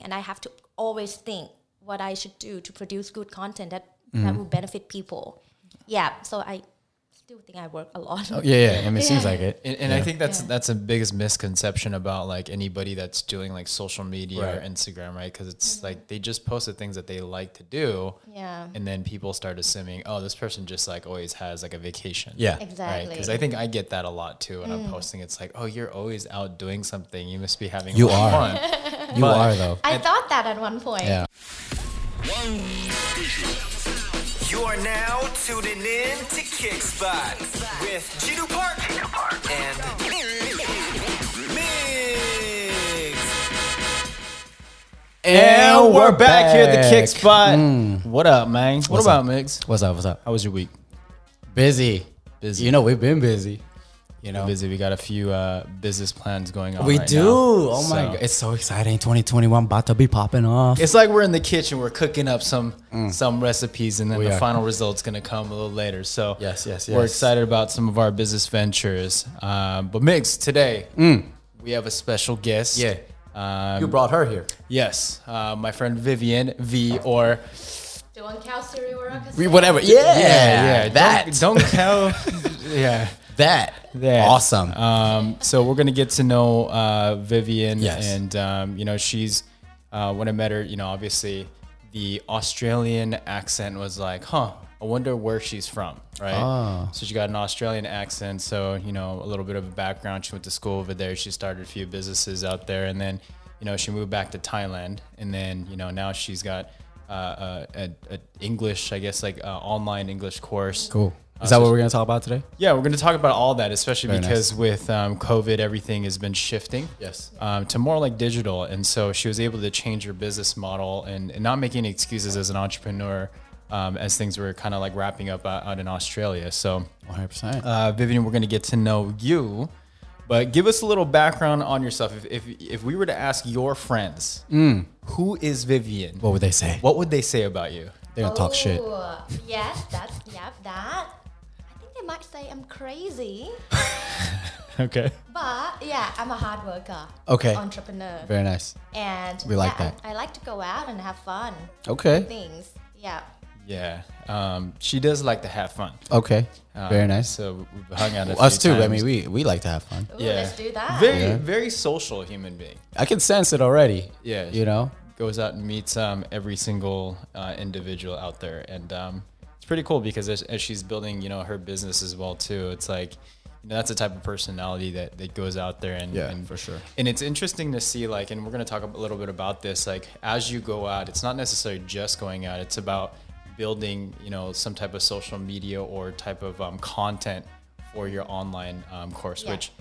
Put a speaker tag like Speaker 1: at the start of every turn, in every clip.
Speaker 1: and I have to always think what I should do to produce good content that that
Speaker 2: Mm-hmm.
Speaker 1: will benefit people. Yeah, so I still think I work a lot.
Speaker 2: Oh, yeah, yeah. I mean, it seems
Speaker 1: Yeah.
Speaker 2: like it.
Speaker 3: And, and I
Speaker 2: Yeah.
Speaker 3: think that's
Speaker 1: Yeah.
Speaker 3: that's a biggest misconception about like anybody that's doing like social media or
Speaker 2: Right.
Speaker 3: Instagram, right? Because it's like they just post the things that they like to do,
Speaker 1: Mm-hmm. Yeah.
Speaker 3: and then people start assuming, oh, this person just like always has like a vacation,
Speaker 2: Yeah.
Speaker 1: Exactly. Mm.
Speaker 3: Because I think I get that a lot too. When I'm posting, it's like, oh, you're always out doing something. You must be having a
Speaker 2: You
Speaker 3: lot
Speaker 2: are.
Speaker 3: of fun.
Speaker 2: You are though.
Speaker 1: I thought that at one point.
Speaker 2: Yeah.
Speaker 4: You are now tuning in to Kick Spot with Jinu Park and Migs.
Speaker 3: And we're back here at the
Speaker 2: back. Mm.
Speaker 3: kick spot. What up, man? what
Speaker 2: What's
Speaker 3: about
Speaker 2: up?
Speaker 3: Migs?
Speaker 2: What's up? What's up?
Speaker 3: How was your week?
Speaker 2: Busy.
Speaker 3: Busy.
Speaker 2: You know, we've been busy. You know,
Speaker 3: Busy. We got a few uh, business plans going on.
Speaker 2: we
Speaker 3: right
Speaker 2: do.
Speaker 3: now.
Speaker 2: oh my
Speaker 3: So-
Speaker 2: god, it's so exciting. 2021 about to be popping off.
Speaker 3: It's like we're in the kitchen, we're cooking up some some recipes, and then
Speaker 2: Mm. We
Speaker 3: the
Speaker 2: are.
Speaker 3: final result's gonna come a little later. So
Speaker 2: Yes, yes,
Speaker 3: We're
Speaker 2: yes.
Speaker 3: excited about some of our business ventures. Um, but Mix today, we have a special guest.
Speaker 2: Mm. Yeah.
Speaker 3: Um,
Speaker 2: you brought her here.
Speaker 3: yes, uh, my friend Vivian V or
Speaker 1: The one cow cereal or a-
Speaker 2: Whatever. Yeah. Yeah. That.
Speaker 3: Don't, don't tell. yeah.
Speaker 2: that.
Speaker 3: That.
Speaker 2: Awesome.
Speaker 3: Um, so we're gonna get to know uh, Vivian,
Speaker 2: Yes.
Speaker 3: and um, you know she's uh, when I met her, you know obviously the Australian accent was like, huh, I wonder where she's from, right?
Speaker 2: Ah.
Speaker 3: So she got an Australian accent, so you know a little bit of a background. She went to school over there. She started a few businesses out there, and then you know she moved back to Thailand, and then you know now she's got. Uh, a, a, a English, I guess, like uh, online English course.
Speaker 2: cool.
Speaker 3: Uh,
Speaker 2: Is that
Speaker 3: so
Speaker 2: what we're gonna talk about today?
Speaker 3: yeah, we're going to talk about all that, especially
Speaker 2: Very
Speaker 3: because with um, COVID, everything has been shifting.
Speaker 2: Yes.
Speaker 3: Um, to more like digital. And so she was able to change her business model and, and not make any excuses as an entrepreneur um, as things were kind of like wrapping up uh, out, out in Australia. So,
Speaker 2: 100. percent
Speaker 3: uh, Vivian, we're going to get to know you, but give us a little background on yourself. If, if, if we were to ask your friends,
Speaker 2: Mm.
Speaker 3: who is Vivian?
Speaker 2: What would they say?
Speaker 3: What would they say about you?
Speaker 2: They're gonna talk shit.
Speaker 1: Oh, Yes, that's yep, that. I think they might say I'm crazy,
Speaker 3: Okay.
Speaker 1: but yeah, I'm a hard worker.
Speaker 2: Okay.
Speaker 1: Entrepreneur.
Speaker 2: Very nice.
Speaker 1: and
Speaker 2: We like
Speaker 1: yeah,
Speaker 2: that.
Speaker 1: I, I like to go out and have fun.
Speaker 2: Okay.
Speaker 1: Things. Yeah.
Speaker 3: Yeah. Um, she does like to have fun.
Speaker 2: Okay. Very nice.
Speaker 3: So we hung out. A
Speaker 2: Us too.
Speaker 3: few
Speaker 2: I
Speaker 3: times.
Speaker 2: mean, we we like to have fun.
Speaker 1: Ooh, let's do that.
Speaker 3: Very,
Speaker 2: Yeah.
Speaker 3: very social human being.
Speaker 2: I can sense it already.
Speaker 3: Yeah.
Speaker 2: You know.
Speaker 3: Goes out and meets um, every single uh, individual out there, and um, it's pretty cool because as, as she's building, you know, her business as well too. It's like, you know, that's the type of personality that that goes out there and
Speaker 2: Yeah,
Speaker 3: and-
Speaker 2: for sure.
Speaker 3: And it's interesting to see like, and we're gonna talk a little bit about this. Like, as you go out, it's not necessarily just going out. It's about building, you know, some type of social media or type of um, content for your online um, course,
Speaker 1: Yeah.
Speaker 3: which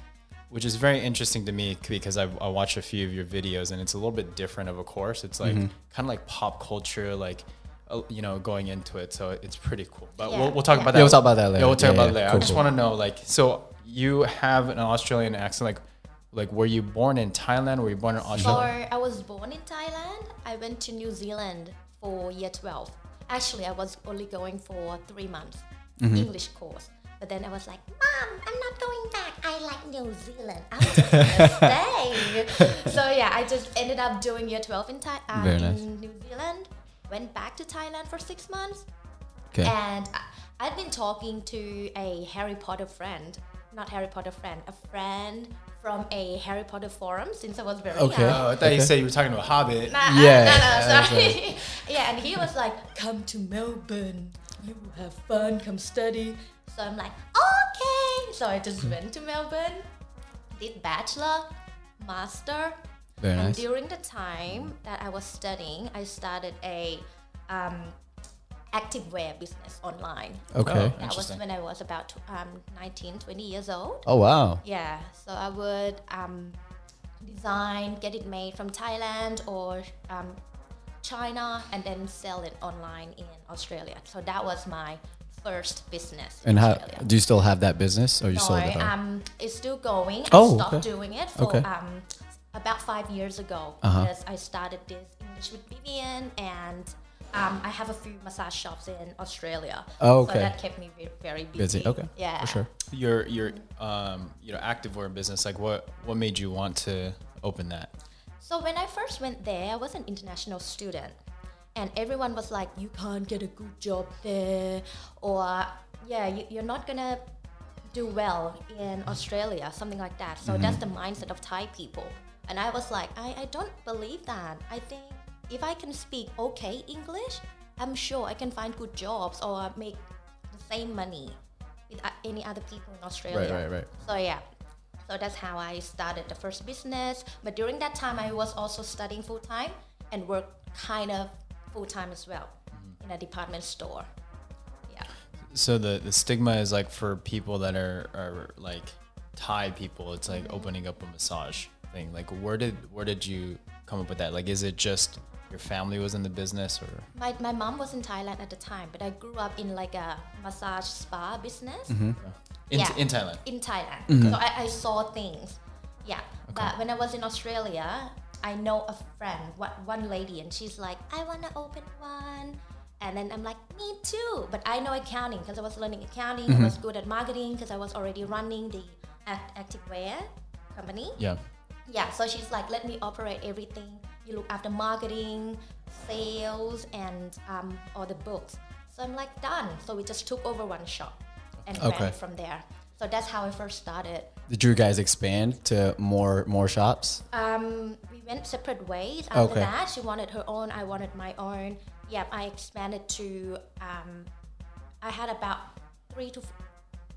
Speaker 3: which is very interesting to me because I've, I watch a few of your videos and it's a little bit different of a course. It's like
Speaker 2: Mm-hmm.
Speaker 3: kind of like pop culture, like uh, you know, going into it. So it's pretty cool. But
Speaker 1: Yeah.
Speaker 3: we'll, we'll talk
Speaker 1: Yeah.
Speaker 3: about that.
Speaker 2: Yeah, we'll talk about that later.
Speaker 3: Yeah, we'll talk
Speaker 2: Yeah,
Speaker 3: about
Speaker 2: yeah.
Speaker 3: it later. I
Speaker 2: Cool,
Speaker 3: just
Speaker 2: cool.
Speaker 3: want to know, like, so you have an Australian accent, like, like were you born in Thailand? Were you born in Australia?
Speaker 1: Or I was born in Thailand. I went to New Zealand for year 12. Actually, I was only going for three months
Speaker 2: Mm-hmm.
Speaker 1: English course. But then I was like, Mom, I'm not going back. I like New Zealand. I'm just gonna stay. so yeah, I just ended up doing year 12 in Thai- uh,
Speaker 2: Very
Speaker 1: in
Speaker 2: nice.
Speaker 1: New Zealand. Went back to Thailand for six months,
Speaker 2: Okay.
Speaker 1: and I, I've been talking to a Harry Potter friend, not Harry Potter friend, a friend from a Harry Potter forum since I was very
Speaker 2: Okay.
Speaker 1: young.
Speaker 3: Oh, I thought you said you were talking to a hobbit.
Speaker 1: Nah,
Speaker 2: Yeah.
Speaker 1: no, no, sorry. yeah, and he was like, "Come to Melbourne, you will have fun. Come study." So I'm like, "Okay." So I
Speaker 2: Hmm.
Speaker 1: just went to Melbourne, did bachelor, master,
Speaker 2: Very
Speaker 1: and
Speaker 2: nice.
Speaker 1: during the time that I was studying, I started a um, activewear business online.
Speaker 2: Okay.
Speaker 3: Oh.
Speaker 1: That was
Speaker 3: Interesting.
Speaker 1: when I was about tw- um, 19, 20 years old.
Speaker 2: Oh wow.
Speaker 1: Yeah, so I would um, design, get it made from Thailand or um, China, and then sell it online in Australia. So that was my first business. in
Speaker 2: And how
Speaker 1: Australia.
Speaker 2: do you still have that business, or you
Speaker 1: No,
Speaker 2: sold it? all?
Speaker 1: um, it's still going.
Speaker 2: Oh,
Speaker 1: I stopped
Speaker 2: okay.
Speaker 1: doing it for
Speaker 2: Okay.
Speaker 1: um, about five years ago
Speaker 2: Uh-huh.
Speaker 1: because I started this English with Vivian and. Um, I have a few massage shops in Australia,
Speaker 2: Oh,
Speaker 1: so
Speaker 2: okay.
Speaker 1: that kept me ve- very busy.
Speaker 2: Busy. Okay.
Speaker 1: Yeah.
Speaker 2: For sure.
Speaker 3: Your your um you know activewear business, like what what made you want to open that?
Speaker 1: So when I first went there, I was an international student, and everyone was like, "You can't get a good job there," or "Yeah, you, you're not gonna do well in Australia," something like that. So that's the
Speaker 2: Mm-hmm.
Speaker 1: mindset of Thai people, and I was like, I, I don't believe that. I think if I can speak okay English, I'm sure I can find good jobs or make the same money with uh, any other people in Australia.
Speaker 2: right, right.
Speaker 1: So yeah, so that's how I started the first business. But during that time, I was also studying full time and worked kind of full time as well
Speaker 2: Mm-hmm.
Speaker 1: in a department store. Yeah,
Speaker 3: So the, the stigma is like for people that are, are like Thai people, it's like opening up a massage thing. Like where did where did you come up with that? Like is it just your family was in the business or
Speaker 1: my my mom was in Thailand at the time, but I grew up in like a massage spa business.
Speaker 3: Mm-hmm. in,
Speaker 1: Yeah.
Speaker 3: in Thailand? Mm-hmm.
Speaker 1: in Thailand. So I, I saw things. Yeah. But when I was in Australia, I know a friend, what one lady, and she's like, I wanna open one. And then I'm like, me too. But I know accounting because I was learning accounting.
Speaker 3: Mm-hmm.
Speaker 1: I was good at marketing because I was already running the act- activewear company.
Speaker 3: Yeah.
Speaker 1: Yeah, so she's like, let me operate everything. You look after marketing, sales, and um, all the books. So I'm like, done. So we just took over one shop and
Speaker 2: Okay.
Speaker 1: ran from there. So that's how I first started.
Speaker 2: Did you guys expand to more more shops?
Speaker 1: Um, we went separate ways. After
Speaker 2: Okay.
Speaker 1: that, she wanted her own, I wanted my own. Yeah, I expanded to, um, I had about three to f-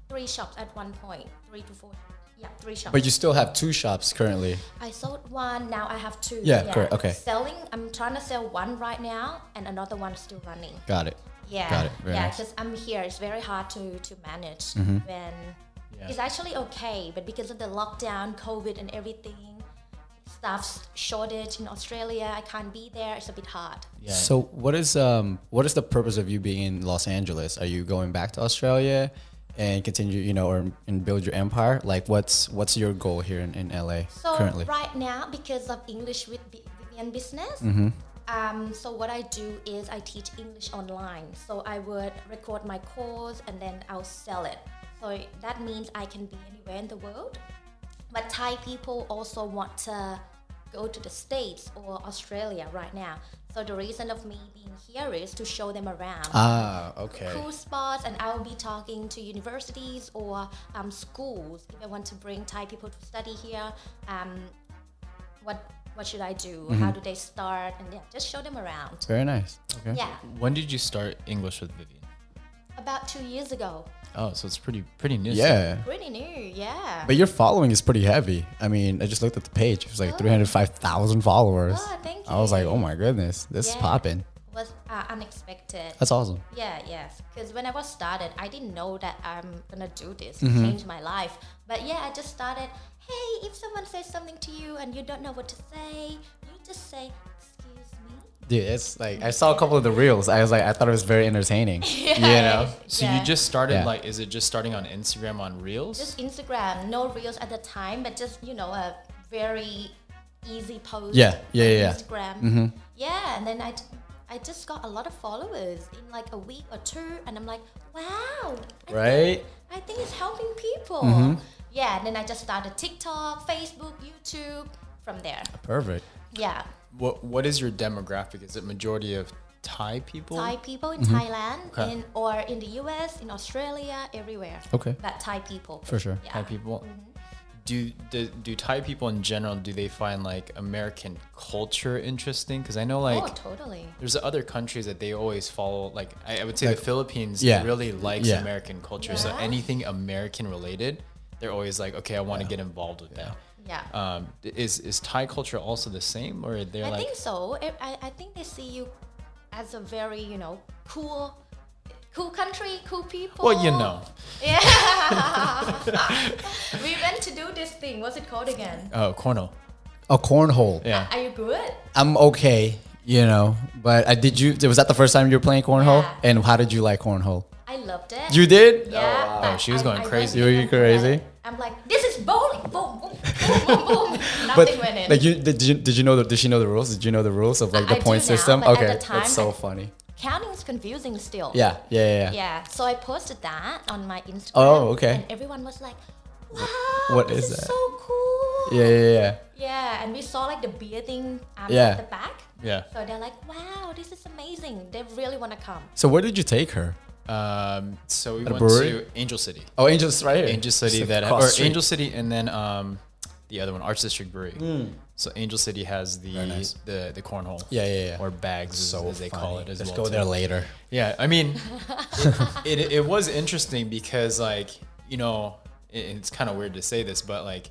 Speaker 1: three shops at one point, three to four. Yeah, three shops.
Speaker 2: But you still have two shops currently.
Speaker 1: I sold one. Now I have two.
Speaker 2: Yeah, correct, okay.
Speaker 1: Selling. I'm trying to sell one right now, and another one still running.
Speaker 2: Got it.
Speaker 1: Yeah.
Speaker 2: Got it, very
Speaker 1: yeah,
Speaker 2: nice. Mm-hmm.
Speaker 1: because I'm here. It's very hard to to manage when it's actually okay, but because of the lockdown, COVID, and everything, staff shortage in Australia, I can't be there. It's a bit hard.
Speaker 3: Yeah.
Speaker 2: So what is um what is the purpose of you being in Los Angeles? Are you going back to Australia and continue, you know, or and build your empire? Like what's what's your goal here in, in LA
Speaker 1: So
Speaker 2: currently?
Speaker 1: right now, because of English with Vi- Vivian Business, um, so what I do is I teach English online. So I would record my course and then I'll sell it. So that means I can be anywhere in the world. But Thai people also want to go to the States or Australia right now. So the reason of me being here is to show them around
Speaker 2: Ah, okay.
Speaker 1: cool spots and I'll be talking to universities or um, schools if I want to bring Thai people to study here. Um, what what should I do? How do they start? And yeah, just show them around.
Speaker 2: Very nice. Okay.
Speaker 1: Yeah,
Speaker 3: When did you start English with Vivian?
Speaker 1: about two years ago.
Speaker 3: Oh, so it's pretty pretty new.
Speaker 2: Yeah.
Speaker 1: Pretty new, yeah.
Speaker 2: But your following is pretty heavy. I mean, I just looked at the page. It was like 305,000 followers.
Speaker 1: Oh, thank
Speaker 2: I was like,
Speaker 1: you.
Speaker 2: oh my goodness, this is
Speaker 1: Yeah.
Speaker 2: popping.
Speaker 1: was uh, unexpected.
Speaker 2: That's awesome.
Speaker 1: Yeah, yes. Because when I was started, I didn't know that I'm gonna do this, change my life. But yeah, I just started. Hey, if someone says something to you and you don't know what to say, you just say, "Excuse me."
Speaker 2: Dude, it's like, I saw a couple of the reels. I was like, I thought it was very entertaining. You know?
Speaker 3: So
Speaker 1: Yeah.
Speaker 3: you just started
Speaker 2: Yeah.
Speaker 3: like is it just starting on Instagram on Reels?
Speaker 1: just Instagram, no reels at the time, but just you know a very easy post.
Speaker 2: Yeah, yeah,
Speaker 1: on
Speaker 2: yeah, Mm-hmm. yeah.
Speaker 1: Instagram. Yeah, and then I, t- I just got a lot of followers in like a week or two, and I'm like, wow, I
Speaker 2: Right? Mm-hmm.
Speaker 1: I think it's helping people. Yeah, and then I just started TikTok, Facebook, YouTube from there.
Speaker 2: Perfect.
Speaker 1: Yeah.
Speaker 3: what what is your demographic? Is it majority of Thai people?
Speaker 1: Thai people
Speaker 2: mm-hmm.
Speaker 1: in Thailand
Speaker 3: Okay.
Speaker 1: in, or in the US, in Australia, everywhere.
Speaker 2: Okay.
Speaker 1: But Thai people.
Speaker 2: For sure.
Speaker 1: Yeah. Mm-hmm.
Speaker 3: Thai people. Do, do do Thai people in general do they find like American culture interesting? Because I know like
Speaker 1: oh, totally.
Speaker 3: there's other countries that they always follow. Like I, I would say the Philippines
Speaker 2: yeah.
Speaker 3: really likes
Speaker 2: Yeah.
Speaker 3: American culture. So
Speaker 1: Yeah.
Speaker 3: anything American related, they're always like, okay, I want to get involved with
Speaker 1: Yeah.
Speaker 3: that. Um, is is Thai culture also the same, or they're
Speaker 1: I
Speaker 3: like
Speaker 1: think so. I, I- I think they see you as a very, you know, cool, cool country, cool people.
Speaker 3: well, you know,
Speaker 1: We went to do this thing. What's it called again?
Speaker 3: oh, corno.
Speaker 2: A cornhole.
Speaker 3: Yeah.
Speaker 1: Are you good?
Speaker 2: I'm okay, you know, but I did you, was that the first time you were playing cornhole?
Speaker 1: Yeah.
Speaker 2: And how did you like cornhole?
Speaker 1: I loved it.
Speaker 2: You did?
Speaker 1: Yeah.
Speaker 3: Oh, wow.
Speaker 1: but
Speaker 3: She was
Speaker 1: I-
Speaker 3: going
Speaker 1: I went
Speaker 3: crazy.
Speaker 1: with
Speaker 2: You were
Speaker 1: them
Speaker 2: crazy?
Speaker 1: for that. I'm like, this is bowling. Boom, boom, boom, boom, boom. Nothing
Speaker 2: But
Speaker 1: went in.
Speaker 2: like you did, you did you know the did she know the rules? Did you know the rules of like the
Speaker 1: I do
Speaker 2: point
Speaker 1: now,
Speaker 2: system?
Speaker 1: but at
Speaker 2: okay,
Speaker 1: the time,
Speaker 2: that's so
Speaker 1: I-
Speaker 2: funny.
Speaker 1: Counting is confusing still.
Speaker 2: Yeah, yeah, yeah. yeah.
Speaker 1: Yeah. So I posted that on my Instagram.
Speaker 2: Oh, okay.
Speaker 1: And everyone was like, wow,
Speaker 2: What
Speaker 1: this
Speaker 2: is that?
Speaker 1: so cool.
Speaker 2: Yeah, yeah, yeah.
Speaker 1: Yeah, and we saw like the beer thing um,
Speaker 2: Yeah.
Speaker 1: at the back.
Speaker 3: Yeah.
Speaker 1: So they're like, wow, this is amazing. They really want to come.
Speaker 2: So where did you take her?
Speaker 3: Um, so we
Speaker 2: a
Speaker 3: went
Speaker 2: brewery?
Speaker 3: to Angel City.
Speaker 2: Oh, Angel's right here.
Speaker 3: Angel City
Speaker 2: Just
Speaker 3: that
Speaker 2: across
Speaker 3: or
Speaker 2: the street. Hmm.
Speaker 3: Angel City and then um, the other one Arts District Brewery. So Angel City has the
Speaker 2: nice.
Speaker 3: the the cornhole.
Speaker 2: Yeah, yeah, yeah.
Speaker 3: Or bags
Speaker 2: So
Speaker 3: as, as they call
Speaker 2: funny.
Speaker 3: it. As
Speaker 2: Let's
Speaker 3: well
Speaker 2: go
Speaker 3: too.
Speaker 2: there later.
Speaker 3: Yeah, I mean, it, it, it was interesting because like you know it- it's kind of weird to say this, but like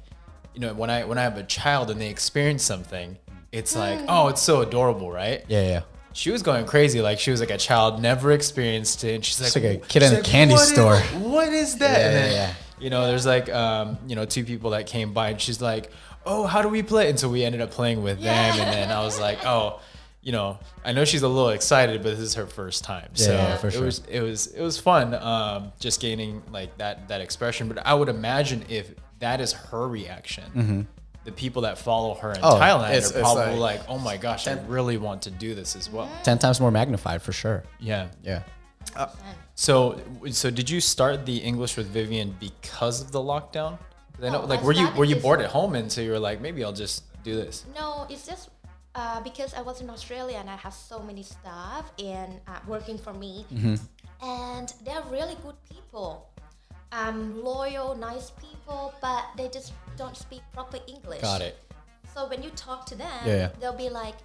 Speaker 3: you know when I when I have a child and they experience something, it's
Speaker 2: Mm.
Speaker 3: like oh it's so adorable, right?
Speaker 2: Yeah, yeah.
Speaker 3: She was going crazy, like she was like a child, never experienced it. And she's like,
Speaker 2: like a
Speaker 3: "Wh-
Speaker 2: kid
Speaker 3: she's
Speaker 2: in a candy
Speaker 3: "What is-
Speaker 2: store."
Speaker 3: what is that? and
Speaker 2: yeah,
Speaker 3: then,
Speaker 2: yeah.
Speaker 3: you know, there's like, um, you know, two people that came by, and she's like, "Oh, how do we play?" And so we ended up playing with them, and then I was like, "Oh, you know, I know she's a little excited, but this is her first time, so
Speaker 2: yeah, for
Speaker 3: it
Speaker 2: sure.
Speaker 3: was it was it was fun, um, just gaining like that that expression. But I would imagine if that is her reaction."
Speaker 2: Mm-hmm.
Speaker 3: The people that follow her in
Speaker 2: Oh,
Speaker 3: Thailand
Speaker 2: it's-
Speaker 3: are
Speaker 2: it's
Speaker 3: probably
Speaker 2: like-
Speaker 3: like, "Oh my gosh, I really want to do this as well."
Speaker 2: Ten times more magnified for sure.
Speaker 3: Yeah.
Speaker 2: Yeah.
Speaker 3: So so did you start the English with Vivian because of the lockdown? 'Cause I know,
Speaker 1: No,
Speaker 3: like
Speaker 1: I
Speaker 3: were you
Speaker 1: started
Speaker 3: were you
Speaker 1: this-
Speaker 3: bored at home and so you were like maybe I'll just do this.
Speaker 1: No, it's just uh, because I was in Australia and I have so many staff and uh, working for me,
Speaker 2: Mm-hmm.
Speaker 1: and they're really good people, um, loyal, nice people, but they just don't speak proper English.
Speaker 2: Got it.
Speaker 1: So when you talk to them,
Speaker 2: Yeah, yeah.
Speaker 1: they'll be like,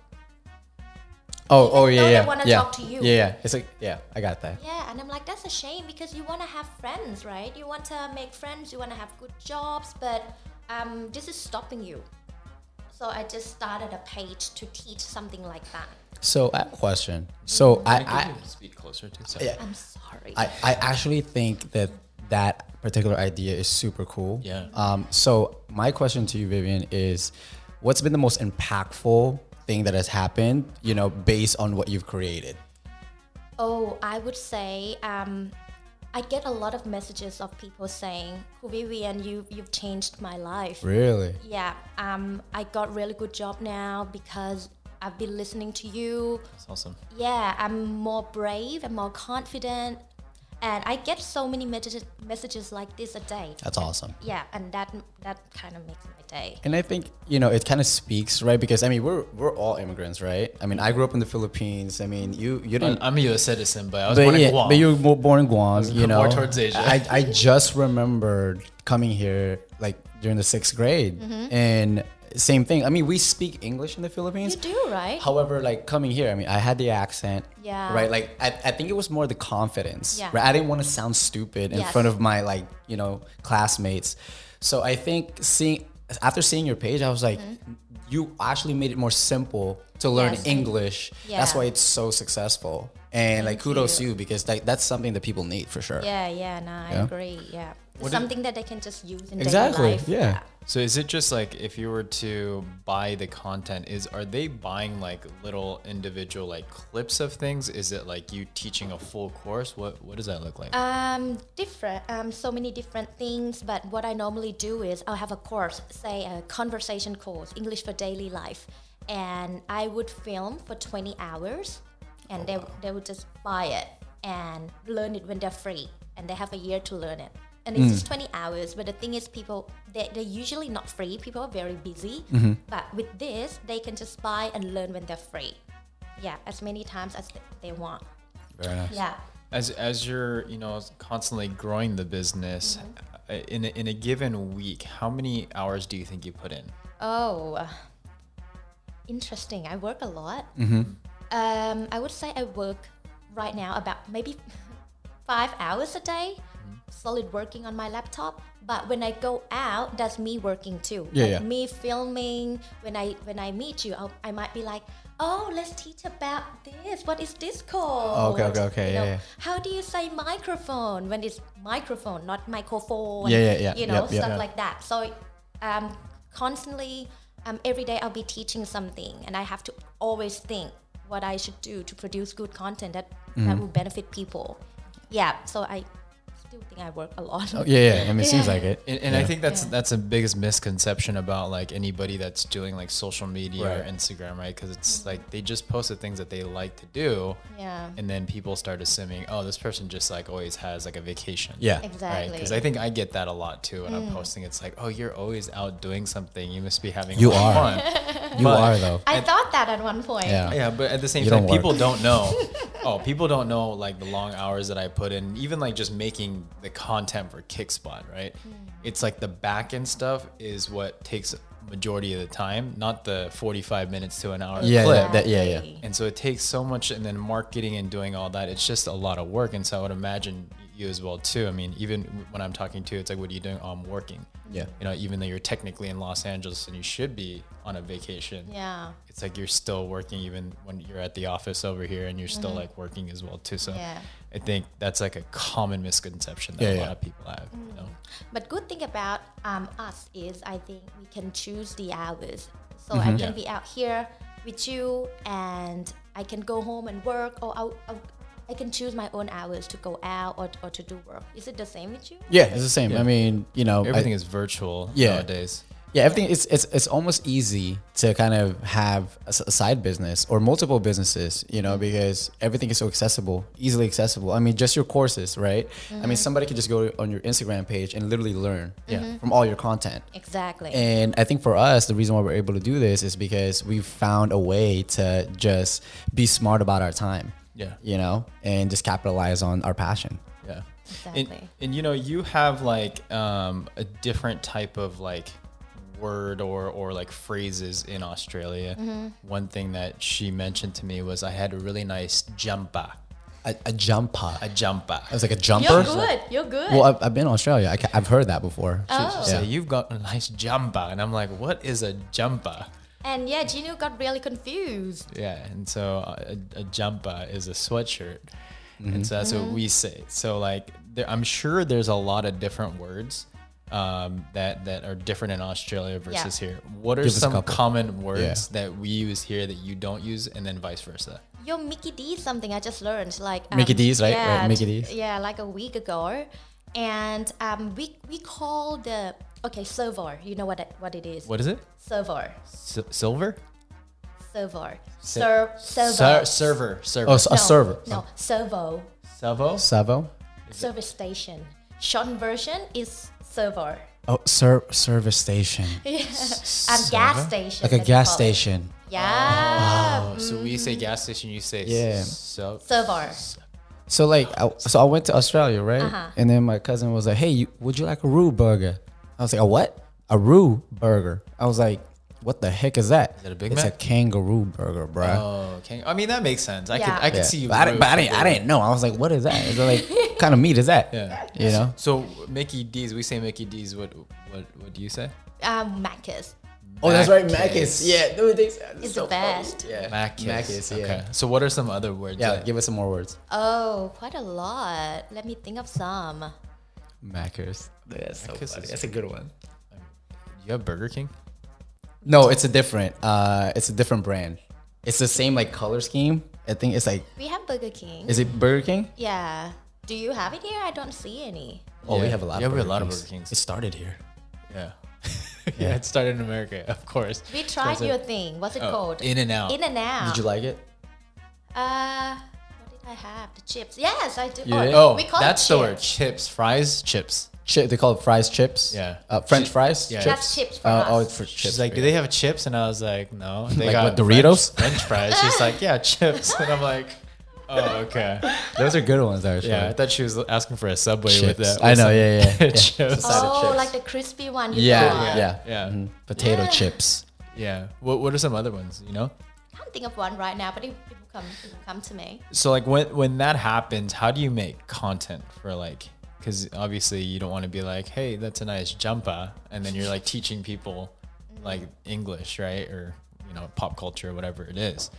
Speaker 2: Oh, oh
Speaker 1: Even
Speaker 2: yeah,
Speaker 1: though they
Speaker 2: yeah.
Speaker 1: wanna
Speaker 2: yeah.
Speaker 1: talk to you.
Speaker 2: Yeah, yeah. It's like yeah, I got that.
Speaker 1: yeah, and I'm like, that's a shame because you want to have friends, right? You want to make friends, you want to have good jobs, but um, this is stopping you. So I just started a page to teach something like that.
Speaker 2: So I have a question. So
Speaker 1: Mm-hmm.
Speaker 2: I, I
Speaker 3: speak closer to
Speaker 1: I'm sorry.
Speaker 2: I, I actually think that that particular idea is super cool.
Speaker 3: Yeah.
Speaker 2: Um, so my question to you, Vivian, is what's been the most impactful thing that has happened, you know, based on what you've created?
Speaker 1: Oh, I would say um, I get a lot of messages of people saying, Vivian, you, you've changed my life.
Speaker 2: Really?
Speaker 1: Yeah, um, I got really good job now because I've been listening to you.
Speaker 3: That's awesome.
Speaker 1: Yeah, I'm more brave and more confident. And I get so many messages messages like this a day.
Speaker 2: That's awesome.
Speaker 1: Yeah, and that that kind of makes my day.
Speaker 2: And I think you know it kind of speaks, right? Because I mean, we're we're all immigrants, right? I mean, I grew up in the Philippines. I mean, you you didn't.
Speaker 3: I'm a US citizen, but I was born
Speaker 2: But,
Speaker 3: in
Speaker 2: yeah,
Speaker 3: Guam.
Speaker 2: but you were mo- born in Guam, you
Speaker 3: more
Speaker 2: know.
Speaker 3: towards Asia.
Speaker 2: I, I just remembered coming here like during the sixth grade,
Speaker 1: Mm-hmm.
Speaker 2: and same thing. I mean, we speak English in the Philippines.
Speaker 1: You do, right?
Speaker 2: However, like coming here, I mean, I had the accent.
Speaker 1: Yeah.
Speaker 2: Right. Like, I, I think it was more the confidence.
Speaker 1: Yeah.
Speaker 2: Right. I didn't want to sound stupid in
Speaker 1: Yes.
Speaker 2: front of my like you know classmates, so I think seeing after seeing your page, I was like, you actually made it more simple to learn
Speaker 1: Mm-hmm. Yes.
Speaker 2: English. That's
Speaker 1: Yeah.
Speaker 2: why it's so successful. And like kudos to you because like that's something that people need for sure.
Speaker 1: yeah, yeah, no, I
Speaker 2: Yeah.
Speaker 1: agree. Yeah,
Speaker 3: What do-
Speaker 1: something that they can just use in
Speaker 2: Exactly,
Speaker 1: daily life.
Speaker 2: yeah.
Speaker 3: so is it just like if you were to buy the content is are they buying like little individual like clips of things? Is it like you teaching a full course? What what does that look like?
Speaker 1: Um, different, um, so many different things. But what I normally do is I'll have a course, say a conversation course, English for daily life, and I would film for 20 hours, and they they would just buy it and learn it when they're free, and they have a year to learn it. And it's just 20 hours. But the thing is, people they they're usually not free. People are very busy. But with this, they can just buy and learn when they're free. Yeah, as many times as th- they want.
Speaker 2: Very nice.
Speaker 1: Yeah.
Speaker 3: as as you're you know constantly growing the business uh in a, in a given week how many hours do you think you put in
Speaker 1: Oh, uh, interesting. I work a lot.
Speaker 2: Mm-hmm.
Speaker 1: Um, I would say I work right now about maybe five hours a day,
Speaker 2: Mm-hmm.
Speaker 1: solid working on my laptop. But when I go out, that's me working too.
Speaker 2: Yeah,
Speaker 1: like
Speaker 2: yeah.
Speaker 1: me filming. When I when I meet you, I'll, I might be like, "Oh, let's teach about this. What is this called?
Speaker 2: Oh, okay, okay,
Speaker 1: You
Speaker 2: yeah,
Speaker 1: know,
Speaker 2: yeah.
Speaker 1: How do you say microphone when it's microphone, not microphone?
Speaker 2: Yeah, yeah, yeah,
Speaker 1: You know,
Speaker 2: yep, yep.
Speaker 1: stuff
Speaker 2: Yeah.
Speaker 1: like that. So um, constantly, um, every day I'll be teaching something, and I have to always think what
Speaker 2: Mm-hmm.
Speaker 1: I should do to produce good content that that will benefit people. Yeah, so I do think I work a lot.
Speaker 2: Oh, yeah, yeah. I mean, it seems
Speaker 1: Yeah.
Speaker 2: like it.
Speaker 3: And, and I
Speaker 2: Yeah.
Speaker 3: think that's
Speaker 1: Yeah.
Speaker 3: that's a biggest misconception about like anybody that's doing like social media or
Speaker 2: Right.
Speaker 3: Instagram, right? Because it's like they just posted things that they like to do,
Speaker 1: Yeah.
Speaker 3: and then people start assuming, oh, this person just like always has like a vacation,
Speaker 2: Yeah.
Speaker 1: Exactly. Mm.
Speaker 3: Because I think I get that a lot too when I'm posting. It's like, oh, you're always out doing something. You must be having a
Speaker 2: You
Speaker 3: lot
Speaker 2: are.
Speaker 3: of fun.
Speaker 2: You
Speaker 3: But-
Speaker 2: are though.
Speaker 1: I thought that at one point.
Speaker 2: Yeah.
Speaker 3: Yeah, but at the same
Speaker 2: You
Speaker 3: time,
Speaker 2: don't work.
Speaker 3: people don't know. oh, people don't know like the long hours that I put in, even like just making the content for Kickspot, right?
Speaker 2: Hmm.
Speaker 3: It's like the back end stuff is what takes majority of the time, not the 45 minutes to an hour
Speaker 2: Yeah,
Speaker 3: clip.
Speaker 2: yeah, that, yeah, yeah.
Speaker 1: Exactly.
Speaker 3: And so it takes so much, and then marketing and doing all that, it's just a lot of work. And so I would imagine you as well too. I mean, even when I'm talking to, you, it's like, what are you doing? Oh, I'm working.
Speaker 2: Yeah.
Speaker 3: You know, even though you're technically in Los Angeles and you should be on a vacation
Speaker 1: Yeah.
Speaker 3: it's like you're still working even when you're at the office over here and you're still like working as well too so
Speaker 1: Mm-hmm. Yeah.
Speaker 3: i think that's like a common misconception that
Speaker 2: Yeah,
Speaker 3: a
Speaker 2: yeah.
Speaker 3: lot of people have you
Speaker 1: Mm.
Speaker 3: know
Speaker 1: But good thing about um, us is I think we can choose the hours. So
Speaker 2: Mm-hmm.
Speaker 1: I
Speaker 3: Yeah.
Speaker 1: can be out here with you, and I can go home and work, or I'll, I'll, I can choose my own hours to go out or, or to do work. Is it the same with you?
Speaker 2: Yeah, it's the same.
Speaker 3: Yeah.
Speaker 2: I mean, you know,
Speaker 3: everything
Speaker 2: I,
Speaker 3: is virtual
Speaker 2: Yeah.
Speaker 3: nowadays
Speaker 2: yeah, everything. It's it's it's almost easy to kind of have a, s- a side business or multiple businesses, you
Speaker 1: Mm-hmm.
Speaker 2: know, because everything is so accessible, easily accessible. I mean, just your courses, right? I
Speaker 1: Mm-hmm.
Speaker 2: mean, somebody could just go on your Instagram page and literally learn,
Speaker 1: Mm-hmm.
Speaker 2: yeah, from all your content.
Speaker 1: Exactly.
Speaker 2: And I think for us, the reason why we're able to do this is because we've found a way to just be smart about our time.
Speaker 3: Yeah.
Speaker 2: You know, and just capitalize on our passion.
Speaker 3: yeah and,
Speaker 1: Exactly.
Speaker 3: and you know you have like um, a different type of like word or or like phrases in australia
Speaker 1: Mm-hmm.
Speaker 3: one thing that she mentioned to me was i had a really nice jumper
Speaker 2: A, a jumper.
Speaker 3: a jumper
Speaker 2: It's like a jumper.
Speaker 1: You're good. You're good.
Speaker 2: Well, I've, I've been to Australia. I, ca- I've heard that before.
Speaker 1: Oh.
Speaker 3: so
Speaker 2: Yeah.
Speaker 3: you've got a nice jumper and i'm like what is a jumper
Speaker 1: and yeah, Gino got really confused.
Speaker 3: Yeah, and so a, a jumper is a sweatshirt,
Speaker 2: Mm-hmm.
Speaker 3: and so that's what we say. So like, there, I'm sure there's a lot of different words um, that that are different in Australia versus here. What are
Speaker 2: Give us a
Speaker 3: some
Speaker 2: couple.
Speaker 3: common words that we use here that you don't use, and then vice versa?
Speaker 1: Yo, Mickey D, something I just learned. Like um,
Speaker 2: Mickey D's, right?
Speaker 1: Yeah,
Speaker 2: Right, Mickey
Speaker 1: t-
Speaker 2: D's.
Speaker 1: Yeah, like a week ago, and um, we we call the okay server. You know what it, what it is?
Speaker 3: What is it?
Speaker 1: Server,
Speaker 3: S- silver?
Speaker 1: server, Ser-
Speaker 3: Ser-
Speaker 1: server.
Speaker 3: server. Server.
Speaker 2: Oh, so a server.
Speaker 1: No, servo,
Speaker 3: Servo.
Speaker 2: Savo?
Speaker 1: service station. Short version is server.
Speaker 2: Oh, ser- service station.
Speaker 1: Um, gas station.
Speaker 2: Like a
Speaker 1: let's
Speaker 2: gas
Speaker 1: call it.
Speaker 2: station.
Speaker 1: Yeah.
Speaker 3: Oh, so we say gas station. You say
Speaker 2: Yeah.
Speaker 3: So,
Speaker 1: Server.
Speaker 2: So like, I, so I went to Australia, right?
Speaker 1: Uh-huh.
Speaker 2: And then my cousin was like, "Hey, you, would you like a roux burger?" I was like, "A what? A roux burger?" I was like, "What the heck is that?" Is
Speaker 3: that a Big
Speaker 2: It's
Speaker 3: Mac?
Speaker 2: a kangaroo burger, bruh.
Speaker 3: Oh, okay. I mean that makes sense. I
Speaker 1: Yeah.
Speaker 3: can I can
Speaker 2: Yeah.
Speaker 3: see you.
Speaker 2: but I, didn't, but I didn't. I didn't know. I was like, "What is that?" Is it like what kind of meat is that?
Speaker 3: Yeah.
Speaker 2: You know.
Speaker 3: So Mickey D's, we say Mickey D's. What what what do you say?
Speaker 1: Um, Macca's.
Speaker 2: Oh, that's right, Macus.
Speaker 3: Macca's.
Speaker 2: Yeah, dude, they, it's
Speaker 1: It's the best.
Speaker 2: Yeah,
Speaker 3: Macca's.
Speaker 2: Macca's, Eh, yeah.
Speaker 3: Okay. So what are some other words?
Speaker 2: Yeah,
Speaker 3: that-
Speaker 2: give us some more words.
Speaker 1: Oh, quite a lot. Let me think of some.
Speaker 2: Macus. That's, so
Speaker 3: Macca's
Speaker 2: funny.
Speaker 3: is-
Speaker 2: that's a good one.
Speaker 3: you have Burger King.
Speaker 2: No, it's a different. Uh, it's a different brand. It's the same like color scheme. I think it's like.
Speaker 1: We have Burger King.
Speaker 2: Is it Burger King?
Speaker 1: Yeah. Do you have it here? I don't see any.
Speaker 2: Oh, we
Speaker 3: Yeah.
Speaker 2: have a lot.
Speaker 3: Yeah,
Speaker 2: of
Speaker 3: we have a lot of
Speaker 2: Kings.
Speaker 3: Burger Kings.
Speaker 2: It started here.
Speaker 3: Yeah. yeah. It started in America, of course.
Speaker 1: We tried
Speaker 3: Does it-
Speaker 1: your thing. What's it
Speaker 3: Oh,
Speaker 1: called?
Speaker 3: In and out.
Speaker 1: In and out.
Speaker 2: Did you like it?
Speaker 1: Uh, what did I have? The chips. Yes, I do.
Speaker 2: You did?
Speaker 3: oh,
Speaker 1: we call
Speaker 3: that's
Speaker 1: it
Speaker 3: the word.
Speaker 1: chips.
Speaker 3: Chips, fries, chips.
Speaker 2: Chip, they call it fries chips.
Speaker 3: Yeah.
Speaker 2: Uh, French
Speaker 3: Chi-
Speaker 2: fries.
Speaker 3: yeah.
Speaker 2: Chips.
Speaker 1: That's chips for
Speaker 2: Oh,
Speaker 1: us.
Speaker 2: oh, it's for chips.
Speaker 3: She's like, do
Speaker 2: yeah.
Speaker 3: they have chips? And I was like, no. They
Speaker 2: Like
Speaker 3: got
Speaker 2: what, Doritos?
Speaker 3: French, French fries. She's like, yeah, chips. And I'm like, oh, okay.
Speaker 2: Those are good ones, actually.
Speaker 3: Yeah, I thought she was asking for a Subway with
Speaker 2: Chips.
Speaker 3: that.
Speaker 2: I
Speaker 3: with
Speaker 2: know.
Speaker 3: some
Speaker 2: Yeah, yeah. yeah.
Speaker 3: chips.
Speaker 2: Side of
Speaker 1: oh,
Speaker 2: chips.
Speaker 1: like the crispy one. You
Speaker 2: Yeah,
Speaker 1: got.
Speaker 2: yeah,
Speaker 3: Yeah, yeah.
Speaker 2: mhm. Potato
Speaker 1: Yeah.
Speaker 2: chips.
Speaker 3: Yeah. What What are some other ones? You know.
Speaker 1: I can't think of one right now, but it, it will come. It will come to me.
Speaker 3: So like when when that happens, how do you make content for like? Because obviously you don't want to be like, hey, that's a nice jumper, and then you're like teaching people like English, right? Or you know, pop culture, whatever it is.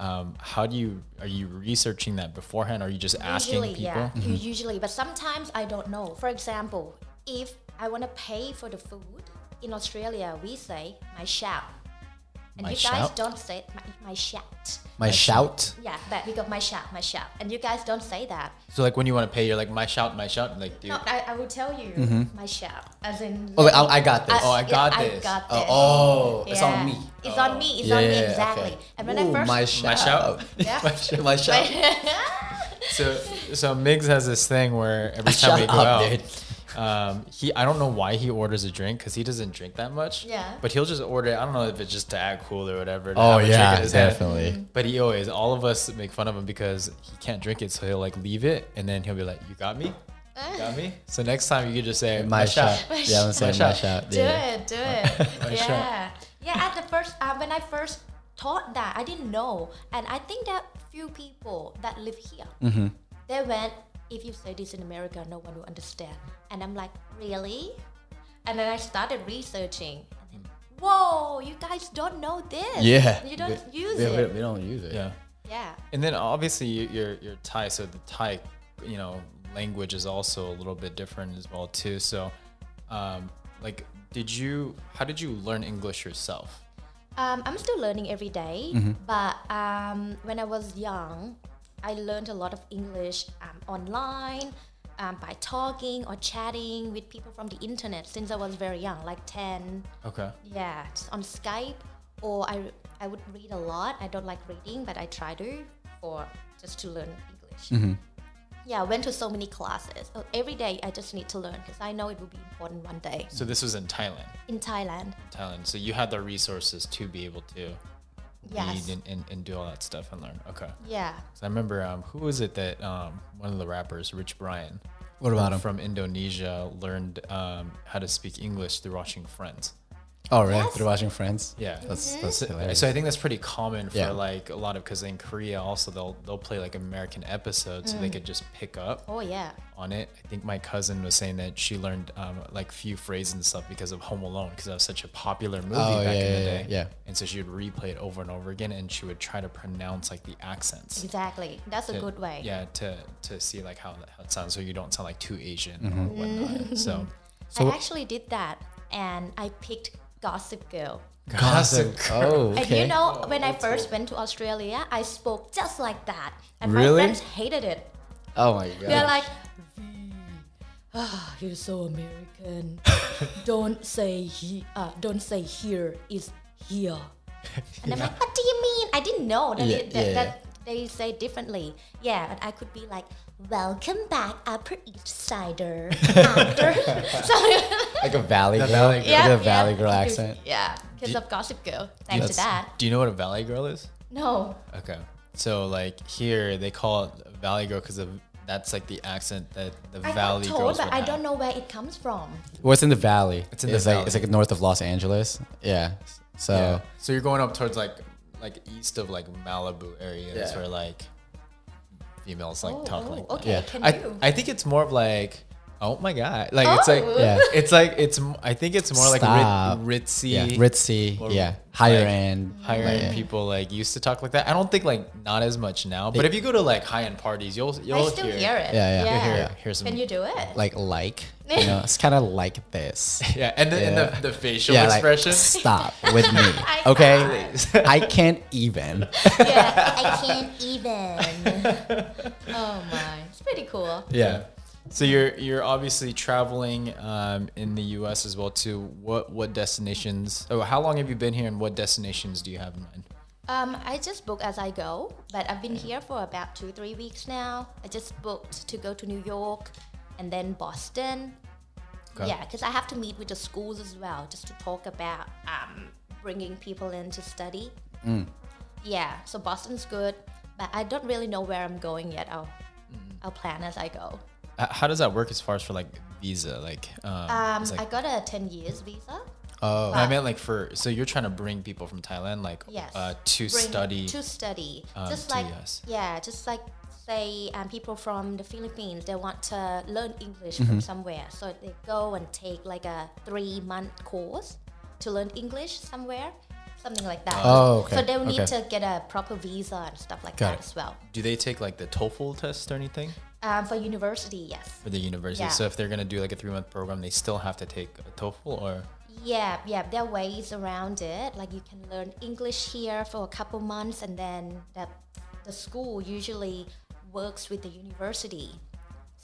Speaker 3: Um, how do you are you researching that beforehand? Or are you just asking
Speaker 1: usually,
Speaker 3: people?
Speaker 1: yeah.
Speaker 2: Mm-hmm.
Speaker 1: You usually, but sometimes I don't know. For example, if I want to pay for the food in Australia, we say my shop. And
Speaker 3: My
Speaker 1: you guys
Speaker 3: shout?
Speaker 1: don't say my, my shout.
Speaker 2: My shout.
Speaker 1: Yeah, but we got my shout, my shout. And you guys don't say that.
Speaker 3: So like when you want to pay, you're like my shout, my shout, like dude.
Speaker 1: No, I, I will tell you my shout. As in
Speaker 2: Mm-hmm. Oh, wait, I, I got this.
Speaker 1: I-
Speaker 3: Oh, I got
Speaker 1: yeah, I
Speaker 3: this.
Speaker 1: got
Speaker 2: Oh,
Speaker 1: this.
Speaker 2: oh, it's
Speaker 1: Yeah.
Speaker 2: on me.
Speaker 1: It's on me. It's on me
Speaker 2: Yeah,
Speaker 1: exactly.
Speaker 2: okay.
Speaker 1: And when
Speaker 2: Ooh,
Speaker 1: I first
Speaker 2: my shout.
Speaker 3: my shout.
Speaker 1: Yeah.
Speaker 3: my shout.
Speaker 2: My shout.
Speaker 3: So so Migs has this thing where every time we
Speaker 2: Shut
Speaker 3: go
Speaker 2: up,
Speaker 3: out,
Speaker 2: dude.
Speaker 3: um, he I don't know why he orders a drink because he doesn't drink that much.
Speaker 1: Yeah.
Speaker 3: But he'll just order. it. I don't know if it's just to act cool or whatever. to
Speaker 2: Oh
Speaker 3: have a drink in
Speaker 2: yeah,
Speaker 3: his hand.
Speaker 2: definitely.
Speaker 3: But he always, all of us make fun of him because he can't drink it, so he'll like leave it, and then he'll be like, "You got me, you got me." So next time you could just say,
Speaker 2: My shout. Yeah, I'm saying my
Speaker 3: shout.
Speaker 2: shout.
Speaker 1: do
Speaker 2: Yeah.
Speaker 1: it, do it.
Speaker 3: shout.
Speaker 1: yeah, yeah. At the first, uh, when I first taught that, I didn't know, and I think that few people that live here,
Speaker 2: Mm-hmm.
Speaker 1: they went. If you say this in America, no one will understand. And I'm like, really? And then I started researching. And then, Whoa, you guys don't know this.
Speaker 2: Yeah.
Speaker 1: You don't use
Speaker 2: We,
Speaker 1: it.
Speaker 2: we don't use it.
Speaker 3: Yeah.
Speaker 1: Yeah.
Speaker 3: And then obviously you- you're you're Thai, so the Thai, you know, language is also a little bit different as well too. So, um, like, did you? How did you learn English yourself?
Speaker 1: Um, I'm still learning every day, but um, when I was young, I learned a lot of English um, online um, by talking or chatting with people from the internet since I was very young, like 10.
Speaker 3: Okay.
Speaker 1: Yeah, just on Skype, or I, I would read a lot. I don't like reading, but I try to, or just to learn English. Yeah, I went to so many classes. So every day, I just need to learn because I know it will be important one day
Speaker 3: So this was in Thailand.
Speaker 1: in Thailand.
Speaker 3: Thailand. So you had the resources to be able to
Speaker 1: Yes.
Speaker 3: read and, and, and do all that stuff and learn. Okay.
Speaker 1: Yeah.
Speaker 3: So I remember um, who was it that um, one of the rappers, Rich Brian,
Speaker 2: What about him?
Speaker 3: from Indonesia, learned um, how to speak English through watching Friends.
Speaker 2: Oh right,
Speaker 1: Yes.
Speaker 2: through watching Friends.
Speaker 3: Yeah.
Speaker 2: That's
Speaker 1: Mm-hmm.
Speaker 2: that's hilarious.
Speaker 3: So I think that's pretty common for
Speaker 2: Yeah.
Speaker 3: like a lot of because in Korea also they'll they'll play like American episodes
Speaker 1: Mm.
Speaker 3: so they could just pick up
Speaker 1: Oh, yeah.
Speaker 3: on it. I think my cousin was saying that she learned um, like few phrases and stuff because of Home Alone because that was such a popular movie
Speaker 2: Oh,
Speaker 3: back
Speaker 2: yeah,
Speaker 3: in the
Speaker 2: yeah,
Speaker 3: day.
Speaker 2: yeah, yeah.
Speaker 3: And so she would replay it over and over again and she would try to pronounce like the accents.
Speaker 1: Exactly. That's a
Speaker 3: to-
Speaker 1: good way.
Speaker 3: Yeah, to to see like how, that- how it sounds, so you don't sound like too Asian or
Speaker 2: Mm-hmm.
Speaker 3: whatnot.
Speaker 1: Mm.
Speaker 3: So,
Speaker 1: I actually did that and I picked Gossip Girl.
Speaker 2: Gossip. Oh, okay.
Speaker 1: And you know, when I first went to Australia, I spoke just like that. And
Speaker 2: Really?
Speaker 1: my friends hated it.
Speaker 2: oh my god.
Speaker 1: They're like, "V, ah, you're so American. don't say he, uh, don't say here is here. And I'm like, what do you mean? I didn't know that,
Speaker 2: Yeah,
Speaker 1: it- that,
Speaker 2: yeah,
Speaker 1: that they say differently. Yeah, and I could be like, welcome back, Upper East Sider. After. so,
Speaker 2: like a valley girl.
Speaker 3: valley
Speaker 2: Like
Speaker 3: girl.
Speaker 2: a valley girl
Speaker 1: because-
Speaker 2: accent.
Speaker 1: Yeah, because of Gossip Girl.
Speaker 2: Oh,
Speaker 1: Thanks to
Speaker 3: That's-
Speaker 1: that.
Speaker 3: Do you know what a valley girl is?
Speaker 1: No.
Speaker 3: Okay, so like here they call it a valley girl because of that's like the accent that the
Speaker 1: I got
Speaker 3: valley
Speaker 1: told,
Speaker 3: girls.
Speaker 1: but
Speaker 3: would
Speaker 1: I
Speaker 3: have.
Speaker 1: don't know where it comes from.
Speaker 2: Well, it's in the valley.
Speaker 3: It's in the
Speaker 2: like,
Speaker 3: valley.
Speaker 2: It's like north of Los Angeles. Yeah. So
Speaker 3: Yeah. So you're going up towards like like east of like Malibu areas
Speaker 2: Yeah.
Speaker 3: where like females like
Speaker 1: Oh,
Speaker 3: talk
Speaker 1: oh,
Speaker 3: like that.
Speaker 1: okay.
Speaker 2: Yeah.
Speaker 1: Can
Speaker 3: I,
Speaker 1: you?
Speaker 3: I think it's more of like oh my god like it's like
Speaker 1: Oh.
Speaker 2: Yeah.
Speaker 3: it's like it's m- I think it's more
Speaker 2: Stop.
Speaker 3: like rit- ritzy
Speaker 2: yeah, ritzy.
Speaker 3: Or
Speaker 2: yeah, higher
Speaker 3: like-
Speaker 2: end.
Speaker 3: higher
Speaker 2: like-
Speaker 3: end people like used to talk like that. I don't think like not as much now, but if you go to like high end parties, you'll you'll
Speaker 1: I still hear, it.
Speaker 2: Yeah, yeah.
Speaker 3: Hear,
Speaker 2: Yeah.
Speaker 3: hear some
Speaker 1: Can you do it?
Speaker 2: Like like. You know, it's kind of like this.
Speaker 3: yeah, and the, and
Speaker 2: Yeah.
Speaker 3: the, the facial
Speaker 2: yeah,
Speaker 3: expression.
Speaker 2: like stop with me, okay? I can't even.
Speaker 1: yeah, I can't even. oh my, it's pretty cool.
Speaker 3: yeah. So you're you're obviously traveling um, in the U.S. as well too. What what destinations? Oh, how long have you been here, and what destinations do you have in mind?
Speaker 1: Um, I just book as I go, but I've been
Speaker 3: Mm.
Speaker 1: here for about two, three weeks now. I just booked to go to New York and then Boston.
Speaker 3: Okay.
Speaker 1: Yeah, because I have to meet with the schools as well, just to talk about um, bringing people in to study.
Speaker 3: Mm.
Speaker 1: Yeah, so Boston's good, but I don't really know where I'm going yet. I'll,
Speaker 3: Mm.
Speaker 1: I'll plan as I go.
Speaker 3: H- How does that work as far as for like visa? Like, um,
Speaker 1: Um, uh,
Speaker 3: it's like-
Speaker 1: I got a 10 years visa.
Speaker 2: Oh,
Speaker 3: I meant like for so you're trying to bring people from Thailand like
Speaker 1: Yes.
Speaker 3: uh,
Speaker 1: Bring-
Speaker 3: to study.
Speaker 1: To study.
Speaker 3: um,
Speaker 1: just
Speaker 3: to
Speaker 1: like,
Speaker 3: US.
Speaker 1: yeah, just like say um, people from the Philippines, they want to learn English from somewhere. So they go and take like a three month course to learn English somewhere, something like that.
Speaker 2: Oh, okay,
Speaker 1: So they'll need
Speaker 2: okay.
Speaker 1: to get a proper visa and stuff like
Speaker 2: Got
Speaker 1: that
Speaker 2: it.
Speaker 1: as well.
Speaker 3: do they take like the TOEFL test or anything?
Speaker 1: Um, for university, yes.
Speaker 3: for the university.
Speaker 1: Yeah.
Speaker 3: So if they're gonna do like a three month program, they still have to take a TOEFL or
Speaker 1: Yeah, yeah, there are ways around it. Like you can learn English here for a couple months, and then that the school usually works with the university.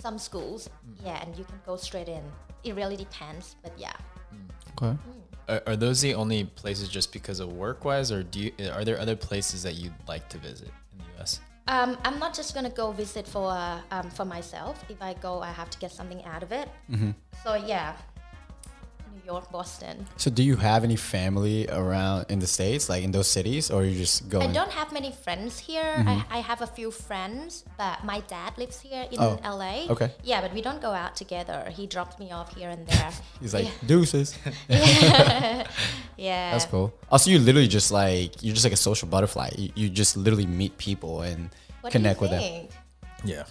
Speaker 1: Some schools, yeah, and you can go straight in. It really depends, but yeah.
Speaker 2: Okay.
Speaker 3: Are, are those the only places just because of work wise, or do you, are there other places that you'd like to visit in the U.S.?
Speaker 1: Um, I'm not just gonna go visit for uh, um, for myself. If I go, I have to get something out of it. So yeah, New York, Boston.
Speaker 2: So, do you have any family around in the states, like in those cities, or are you just going?
Speaker 1: I don't have many friends here.
Speaker 2: Mm-hmm.
Speaker 1: I, I have a few friends, but my dad lives here in
Speaker 2: Oh,
Speaker 1: LA.
Speaker 2: okay.
Speaker 1: Yeah, but we don't go out together. He drops me off here and there.
Speaker 2: He's like deuces.
Speaker 1: yeah.
Speaker 2: That's cool. Also, you literally just like you're just like a social butterfly. You, you just literally meet people and
Speaker 1: What
Speaker 2: connect
Speaker 1: do you
Speaker 2: with them.
Speaker 1: think?
Speaker 3: Yeah.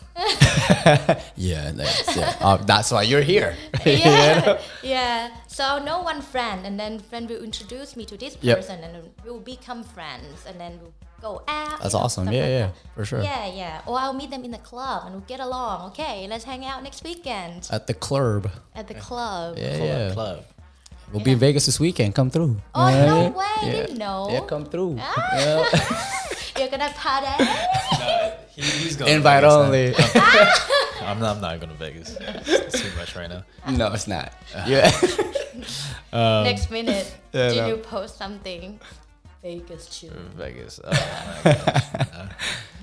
Speaker 2: Yeah, that's, yeah. Uh, that's why you're here.
Speaker 1: Yeah. yeah. So I'll know one friend, and then friend will introduce me to this
Speaker 2: Yep.
Speaker 1: person, and then we'll become friends, and then we'll go out.
Speaker 2: That's
Speaker 1: you know,
Speaker 2: awesome.
Speaker 1: stuff
Speaker 2: Yeah,
Speaker 1: like
Speaker 2: yeah,
Speaker 1: that.
Speaker 2: for sure.
Speaker 1: Yeah, yeah. Or I'll meet them in the club, and we'll get along. Okay, let's hang out next weekend
Speaker 2: At the club.
Speaker 1: at the club.
Speaker 2: Yeah,
Speaker 3: Club,
Speaker 2: yeah.
Speaker 3: club.
Speaker 2: We'll be in Vegas this weekend. Come through.
Speaker 1: Oh
Speaker 2: Yeah,
Speaker 1: no
Speaker 2: yeah.
Speaker 1: way! I Didn't know. Ah.
Speaker 2: Yeah, come through.
Speaker 1: You're gonna party.
Speaker 3: He, he's going
Speaker 2: Invite
Speaker 3: to Vegas,
Speaker 2: only.
Speaker 3: huh? I'm not, I'm not going to Vegas. It's too much right now.
Speaker 2: no, it's not. Yeah.
Speaker 1: Next minute,
Speaker 2: Yeah,
Speaker 1: did
Speaker 2: no.
Speaker 1: you post something? Mm. Vegas too.
Speaker 3: Vegas. Oh, my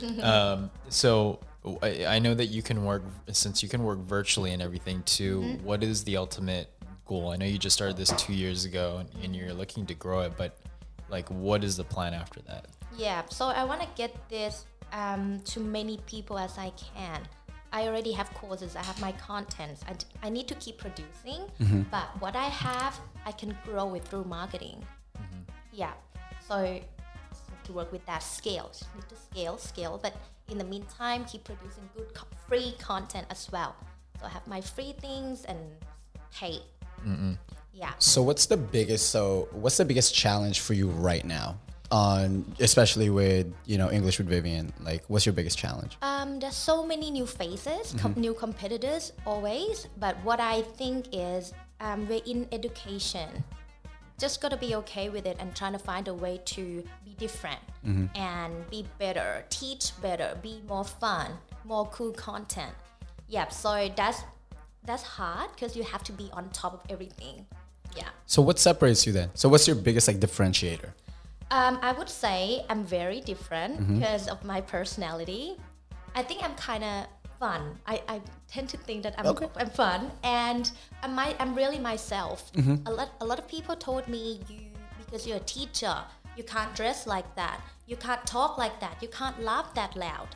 Speaker 3: gosh. um, so I, I know that you can work since you can work virtually and everything too. What is the ultimate goal? I know you just started this two years ago and, and you're looking to grow it, but like, what is the plan after that?
Speaker 1: Yeah, so I want to get this um, to many people as I can. I already have courses, I have my contents. I, d- I need to keep producing, but what I have, I can grow it through marketing. Yeah, so to work with that scale, just need to scale, scale, but in the meantime, keep producing good co- free content as well. So I have my free things and paid. Yeah.
Speaker 2: So what's the biggest so what's the biggest challenge for you right now? On especially with, you know, English with Vivian. Like what's your biggest challenge?
Speaker 1: Um, there's so many new faces, com- new competitors always. But what I think is um, we're in education. Just gotta be okay with it and trying to find a way to be different and be better, teach better, be more fun, more cool content. Yep. So that's that's hard because you have to be on top of everything. Yeah.
Speaker 2: So what separates you then? So what's your biggest like differentiator?
Speaker 1: Um, I would say I'm very different
Speaker 2: Mm-hmm.
Speaker 1: because of my personality. I think I'm kind of fun. I, I tend to think that I'm,
Speaker 2: Okay.
Speaker 1: I'm fun and I'm, my, I'm really myself.
Speaker 2: Mm-hmm.
Speaker 1: A, lot, a lot of people told me you because you're a teacher, you can't dress like that, you can't talk like that, you can't laugh that loud.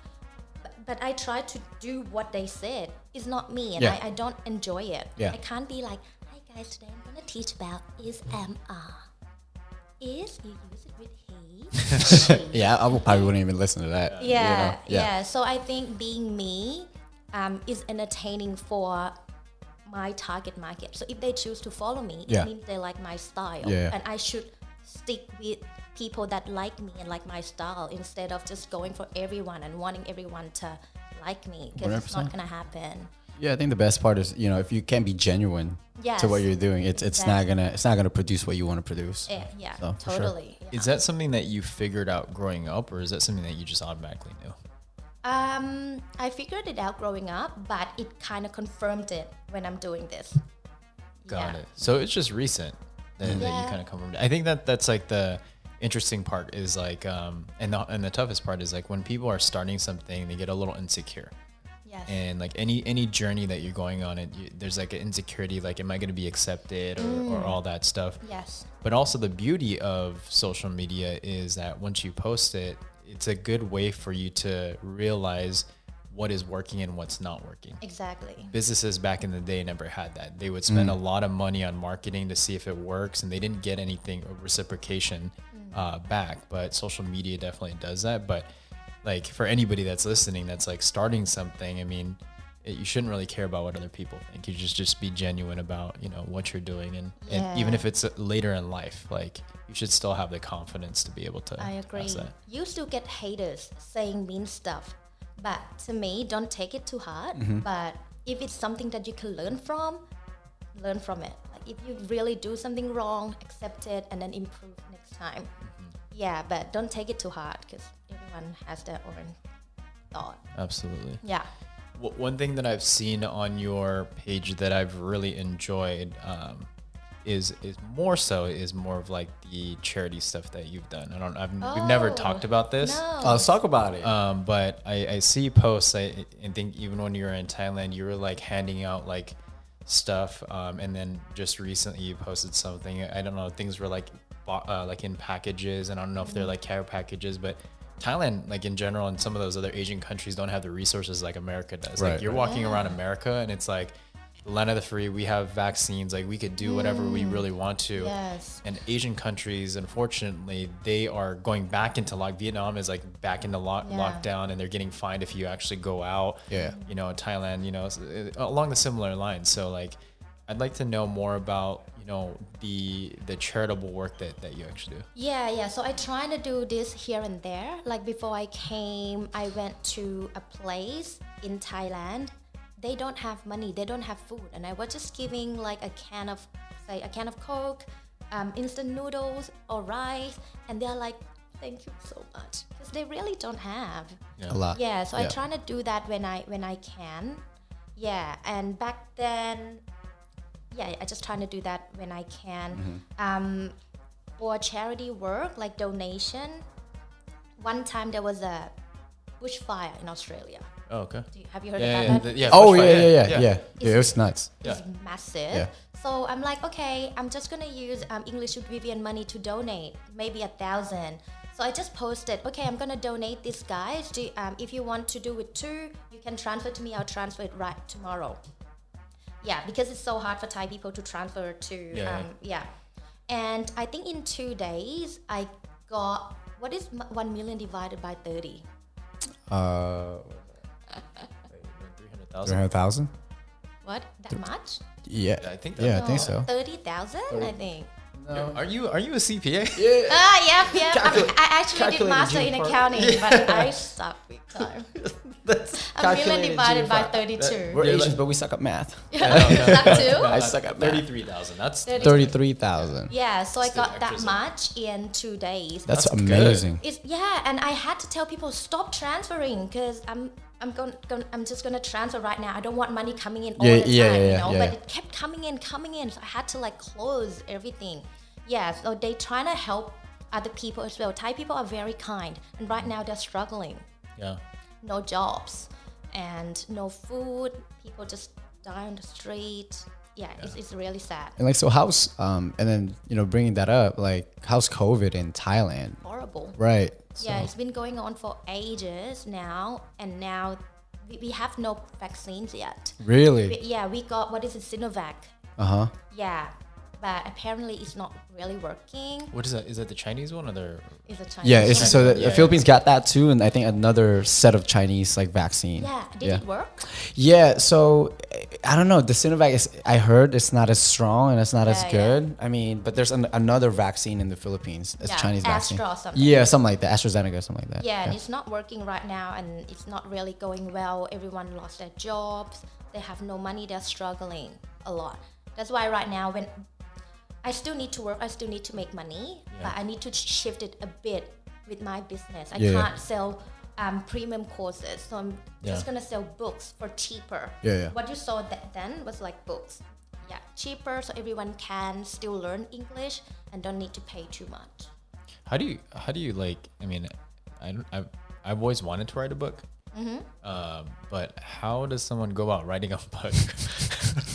Speaker 1: But, but I try to do what they said. It's not me and
Speaker 2: Yeah.
Speaker 1: I, I don't enjoy it.
Speaker 2: Yeah.
Speaker 1: I can't be like, hi guys, today I'm going to teach about is MR is you use it with he. she.
Speaker 2: Yeah, I w- probably wouldn't even listen to that. you know?
Speaker 1: Yeah, yeah. So I think being me um, is entertaining for my target market. So if they choose to follow me, it
Speaker 2: Yeah.
Speaker 1: means they like my style,
Speaker 2: Yeah.
Speaker 1: and I should stick with people that like me and like my style instead of just going for everyone and wanting everyone to like me because it's not
Speaker 2: 100%.
Speaker 1: gonna happen.
Speaker 2: Yeah, I think the best part is, you know, if you can be genuine
Speaker 1: Yes.
Speaker 2: to what you're doing, it's it's not
Speaker 1: Exactly.
Speaker 2: gonna it's not gonna produce what you want to produce.
Speaker 1: Yeah, yeah,
Speaker 2: So, for sure.
Speaker 1: totally. yeah.
Speaker 3: Is that something that you figured out growing up, or is that something that you just automatically knew?
Speaker 1: Um, I figured it out growing up, but it kind of confirmed it when I'm doing this.
Speaker 3: Got
Speaker 1: Yeah.
Speaker 3: it. So it's just recent that, that you
Speaker 1: Yeah.
Speaker 3: kind of come from. I think that that's like the interesting part is like, um, and the and the toughest part is like when people are starting something, they get a little insecure.
Speaker 1: Yes.
Speaker 3: And like any any journey that you're going on, it you, there's like an insecurity, like am I going to be accepted or,
Speaker 1: Mm.
Speaker 3: or all that stuff.
Speaker 1: yes.
Speaker 3: But also the beauty of social media is that once you post it, it's a good way for you to realize what is working and what's not working
Speaker 1: Exactly.
Speaker 3: businesses back in the day never had that. They would spend a lot of money on marketing to see if it works, and they didn't get anything or reciprocation
Speaker 1: Mm.
Speaker 3: uh, back. But social media definitely does that. But like for anybody that's listening, that's like starting something. I mean, it, you shouldn't really care about what other people think. You just just be genuine about you know what you're doing, and, and even
Speaker 1: Yeah.
Speaker 3: if it's uh, later in life, like you should still have the confidence to be able to.
Speaker 1: I
Speaker 3: pass
Speaker 1: agree.
Speaker 3: that.
Speaker 1: You still get haters saying mean stuff, but to me, don't
Speaker 3: Mm-hmm.
Speaker 1: take it too hard. But if it's something that you can learn from, learn from it. Like if you really do something wrong, accept it and then improve next time.
Speaker 3: Mm-hmm.
Speaker 1: Yeah, but don't take it too hard because everyone has their own thought.
Speaker 3: Absolutely.
Speaker 1: Yeah.
Speaker 3: W- one thing that I've seen on your page that I've really enjoyed um, is is more so is more of like the charity stuff that you've done. I don't. I've, We've never
Speaker 1: Oh,
Speaker 3: talked about this.
Speaker 1: No.
Speaker 2: Uh, Let's talk about it.
Speaker 3: Um, but I, I see posts. I, I think even when you were in Thailand, you were like handing out like stuff. Um, and then just recently, you posted something. I don't know. Things were like bo- uh, like in packages, and I don't know if they're like care packages, but. Thailand, like in general, and some of those other Asian countries don't have the resources like America does.
Speaker 2: Right,
Speaker 3: Like you're
Speaker 2: right.
Speaker 3: walking around America, and it's like the land of the free. We have vaccines. Like we could do whatever we really want to
Speaker 1: Yes.
Speaker 3: and Asian countries, unfortunately, they are going back into lock. Vietnam is like back into lock-
Speaker 1: Yeah.
Speaker 3: lockdown, and they're getting fined if you actually go out.
Speaker 2: Yeah.
Speaker 3: you know, Thailand, you know, s- uh, along the similar lines. So like, I'd like to know more about you know the the charitable work that that you actually do.
Speaker 1: Yeah, yeah. So I try to do this here and there. Like before I came, I went to a place in Thailand. They don't have money. They don't have food, and I was just giving like a can of, say, a can of Coke, um, instant noodles or rice, and they're like, "Thank you so much," because they really don't have.
Speaker 2: a lot.
Speaker 1: Yeah, so I
Speaker 2: Yeah.
Speaker 1: try to do that when I when I can. Yeah, and back then, yeah, I just try to do that when I can.
Speaker 3: Mm-hmm.
Speaker 1: Um, for charity work like donation, one time there was a bushfire in Australia.
Speaker 3: Oh, okay.
Speaker 1: Do you, have you heard
Speaker 3: Yeah,
Speaker 1: about
Speaker 3: yeah,
Speaker 1: that?
Speaker 3: th- yeah,
Speaker 2: Oh
Speaker 3: bushfire,
Speaker 2: yeah, yeah, yeah, yeah, yeah. it was nuts.
Speaker 3: Yeah.
Speaker 1: It's massive.
Speaker 2: Yeah.
Speaker 1: So I'm like, okay, I'm just gonna use um, English with Vivian money to donate, maybe a thousand. So I just posted, okay, I'm gonna donate this, guys. Do, um, if you want to do it too, you can transfer to me. I'll transfer it right tomorrow. Yeah, because it's so hard for Thai people to transfer to.
Speaker 3: Yeah.
Speaker 1: Um, yeah. And I think in two days, I got what is m- 1 million divided by 30?
Speaker 2: Uh,
Speaker 3: Three hundred
Speaker 2: 300,000?
Speaker 3: thousand.
Speaker 1: What? That much?
Speaker 2: Yeah,
Speaker 3: I think
Speaker 2: yeah,
Speaker 3: that-
Speaker 2: I think so.
Speaker 1: 30,000, I think.
Speaker 3: Are you are you a CPA?
Speaker 1: Ah, yeah, yeah. I, I actually did
Speaker 2: calculated
Speaker 1: master
Speaker 2: June
Speaker 1: in
Speaker 2: part.
Speaker 1: accounting, but I suck big time. A million
Speaker 2: calculated
Speaker 1: divided
Speaker 2: June
Speaker 1: by
Speaker 2: part.
Speaker 1: 32.
Speaker 2: We're
Speaker 3: Yeah,
Speaker 2: Asians,
Speaker 3: like-
Speaker 2: but we suck at math.
Speaker 1: Suck too?
Speaker 2: I suck at math.
Speaker 3: Thirty-three thousand. That's
Speaker 1: 30.
Speaker 2: Thirty-three thousand.
Speaker 1: Yeah, so I
Speaker 3: Still
Speaker 1: got that
Speaker 3: actors in.
Speaker 1: much in two days.
Speaker 2: That's,
Speaker 3: That's
Speaker 2: amazing.
Speaker 1: It's, yeah, and I had to tell people stop transferring because I'm I'm going, going I'm just gonna transfer right now. I don't want money coming in all
Speaker 2: Yeah,
Speaker 1: the
Speaker 2: yeah,
Speaker 1: time,
Speaker 2: yeah,
Speaker 1: you
Speaker 2: yeah,
Speaker 1: know.
Speaker 2: yeah,
Speaker 1: but
Speaker 2: yeah.
Speaker 1: it kept coming in, coming in. So I had to like close everything. Yeah, so they trying to help other people as well. Thai people are very kind, and right now they're struggling.
Speaker 3: yeah.
Speaker 1: no jobs and no food. People just die on the street. Yeah, It's, it's really sad.
Speaker 2: And like so, how's um, and then you know bringing that up, like how's COVID in Thailand?
Speaker 1: Horrible.
Speaker 2: Right.
Speaker 1: Yeah,
Speaker 2: so-
Speaker 1: it's been going on for ages now, and now we, we have no vaccines yet.
Speaker 2: Mm.
Speaker 1: We-
Speaker 2: Really.
Speaker 1: yeah, we got what is it, Sinovac?
Speaker 2: Uh huh.
Speaker 1: Yeah, but apparently it's not really working.
Speaker 3: What is that? Is that the Chinese one or the?
Speaker 1: It's a Chinese.
Speaker 2: Yeah. It's,
Speaker 1: one.
Speaker 2: so the,
Speaker 3: Yeah,
Speaker 2: the Philippines got that too, and I think another set of Chinese like vaccine.
Speaker 1: yeah, did
Speaker 2: yeah.
Speaker 1: it work?
Speaker 2: Yeah, so eh, I don't know. The Sinovac is I heard it's not as strong and it's not as
Speaker 1: Yeah, yeah.
Speaker 2: good. I mean, but there's an, another vaccine in the Philippines. It's
Speaker 1: Yeah,
Speaker 2: Chinese vaccine.
Speaker 1: Astra or something.
Speaker 2: Yeah, something like that. AstraZeneca, something like that.
Speaker 1: Yeah, and it's not working right now, and it's not really going well. Everyone lost their jobs. They have no money. They're struggling a lot. That's why right now, when I still need to work, I still need to make money, but I need to sh- shift it a bit with my business. I
Speaker 2: Yeah, yeah.
Speaker 1: can't sell um, premium courses, so I'm just
Speaker 3: Yeah.
Speaker 1: gonna sell books for cheaper.
Speaker 2: Yeah, yeah.
Speaker 1: What you saw that then was like books. Yeah, cheaper, so everyone can still learn English and don't need to pay too much.
Speaker 3: How do you how do you like? I mean, I don't- I've I've always wanted to write a book,
Speaker 1: Mm-hmm.
Speaker 3: um, but how does someone go about writing a book?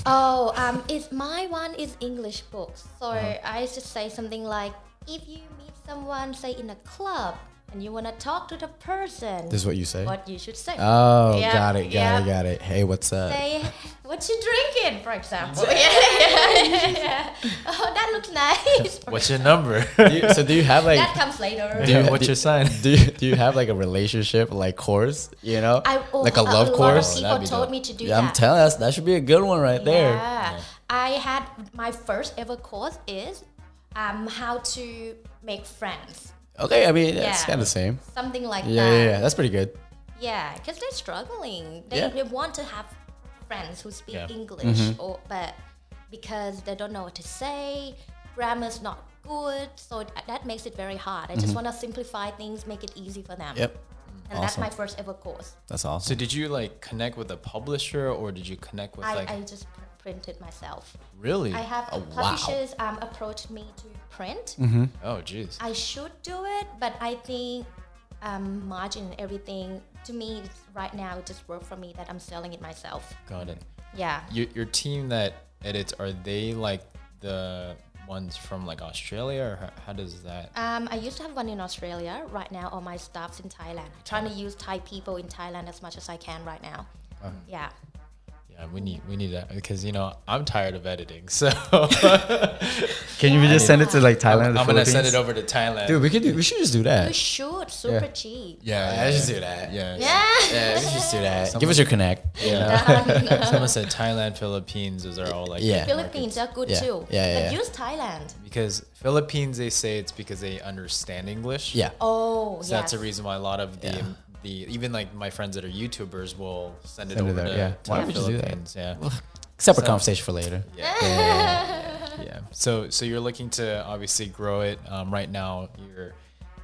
Speaker 1: Oh, um, it's my one is English books. So
Speaker 2: Uh-huh.
Speaker 1: I used to say something like, if you meet someone, say in a club, and you wanna talk to the person,
Speaker 2: This is what you say?
Speaker 1: what you should say.
Speaker 2: Oh,
Speaker 1: Yeah,
Speaker 2: got it, got
Speaker 1: yeah.
Speaker 2: it, got it. Hey, what's up?
Speaker 1: Say, what you drinking, for example. yeah, yeah, yeah. Oh, that looks nice.
Speaker 3: What's your number?
Speaker 2: Do you- so do you have like
Speaker 1: that comes later.
Speaker 2: do you,
Speaker 3: What's
Speaker 2: do-
Speaker 3: your sign?
Speaker 2: Do you, do you have like a relationship like course? You know,
Speaker 1: I, oh,
Speaker 2: like a love
Speaker 1: Lot
Speaker 2: course.
Speaker 1: of
Speaker 3: that'd be
Speaker 1: people told
Speaker 3: dope.
Speaker 1: me to do
Speaker 2: yeah,
Speaker 1: that.
Speaker 2: I'm telling us that should be a good one right there.
Speaker 1: Yeah. I had my first ever course is um, how to make friends.
Speaker 2: Okay, I mean it's
Speaker 1: Yeah.
Speaker 2: kind of the same.
Speaker 1: Something like
Speaker 2: Yeah,
Speaker 1: that.
Speaker 2: yeah, yeah, that's pretty good.
Speaker 1: Yeah, because they're struggling. They,
Speaker 2: Yeah. Mm-hmm.
Speaker 1: they want to have friends who speak
Speaker 3: Yeah.
Speaker 1: English, or but because they don't know what to say. Grammar's not good, so it- that makes it very hard. I just want to simplify things, make it easy for them.
Speaker 2: Mm-hmm. Yep.
Speaker 1: And that's
Speaker 2: Awesome.
Speaker 1: my first ever course.
Speaker 2: That's awesome.
Speaker 3: So did you like connect with a publisher or did you connect with
Speaker 1: I,
Speaker 3: like
Speaker 1: I just pr- printed myself.
Speaker 3: really?
Speaker 1: I have
Speaker 2: Oh, wow. Mm-hmm.
Speaker 1: publishers um, approached me to print.
Speaker 3: oh jeez.
Speaker 1: I should do it, but I think um, margin and everything to me it's, right now it just worked for me that I'm selling it myself.
Speaker 3: Got it.
Speaker 1: Yeah.
Speaker 3: Your your team that edits are they like the ones from like Australia or how, how does that?
Speaker 1: Um, I used to have one in Australia. Right now, all my stuff's in Thailand. trying to use Thai people in Thailand as much as I can right now. Yeah.
Speaker 3: Yeah, we need we need that because you know I'm tired of editing, so
Speaker 5: Can you just send it to like Thailand?
Speaker 3: I'm
Speaker 5: the
Speaker 3: gonna send
Speaker 5: Philippines?
Speaker 3: it over to Thailand.
Speaker 2: Dude, we could do, we should just do
Speaker 1: You
Speaker 2: that.
Speaker 1: should. Super cheap.
Speaker 3: Yeah,
Speaker 2: Yeah, let's just do that.
Speaker 3: Yeah,
Speaker 1: Yeah.
Speaker 2: Yeah, we should just do that. Give us your connect.
Speaker 3: Someone said Thailand, Philippines. Those are all like
Speaker 2: Yeah.
Speaker 1: Philippines are good
Speaker 2: Yeah.
Speaker 1: too.
Speaker 2: Yeah, yeah,
Speaker 1: but
Speaker 2: yeah.
Speaker 1: use Thailand.
Speaker 3: because Philippines they say it's because they understand English.
Speaker 2: Yeah.
Speaker 1: Oh,
Speaker 3: so
Speaker 1: yeah.
Speaker 3: that's a reason why a lot of the
Speaker 2: Yeah.
Speaker 3: the even like my friends that are YouTubers will send it
Speaker 2: Send it
Speaker 3: over
Speaker 2: there,
Speaker 3: to,
Speaker 2: yeah.
Speaker 3: to
Speaker 2: Why
Speaker 3: the
Speaker 2: would you do that?
Speaker 3: Philippines. Yeah,
Speaker 2: Separate conversation for later.
Speaker 3: yeah. So so you're looking to obviously grow it. Um, right now you're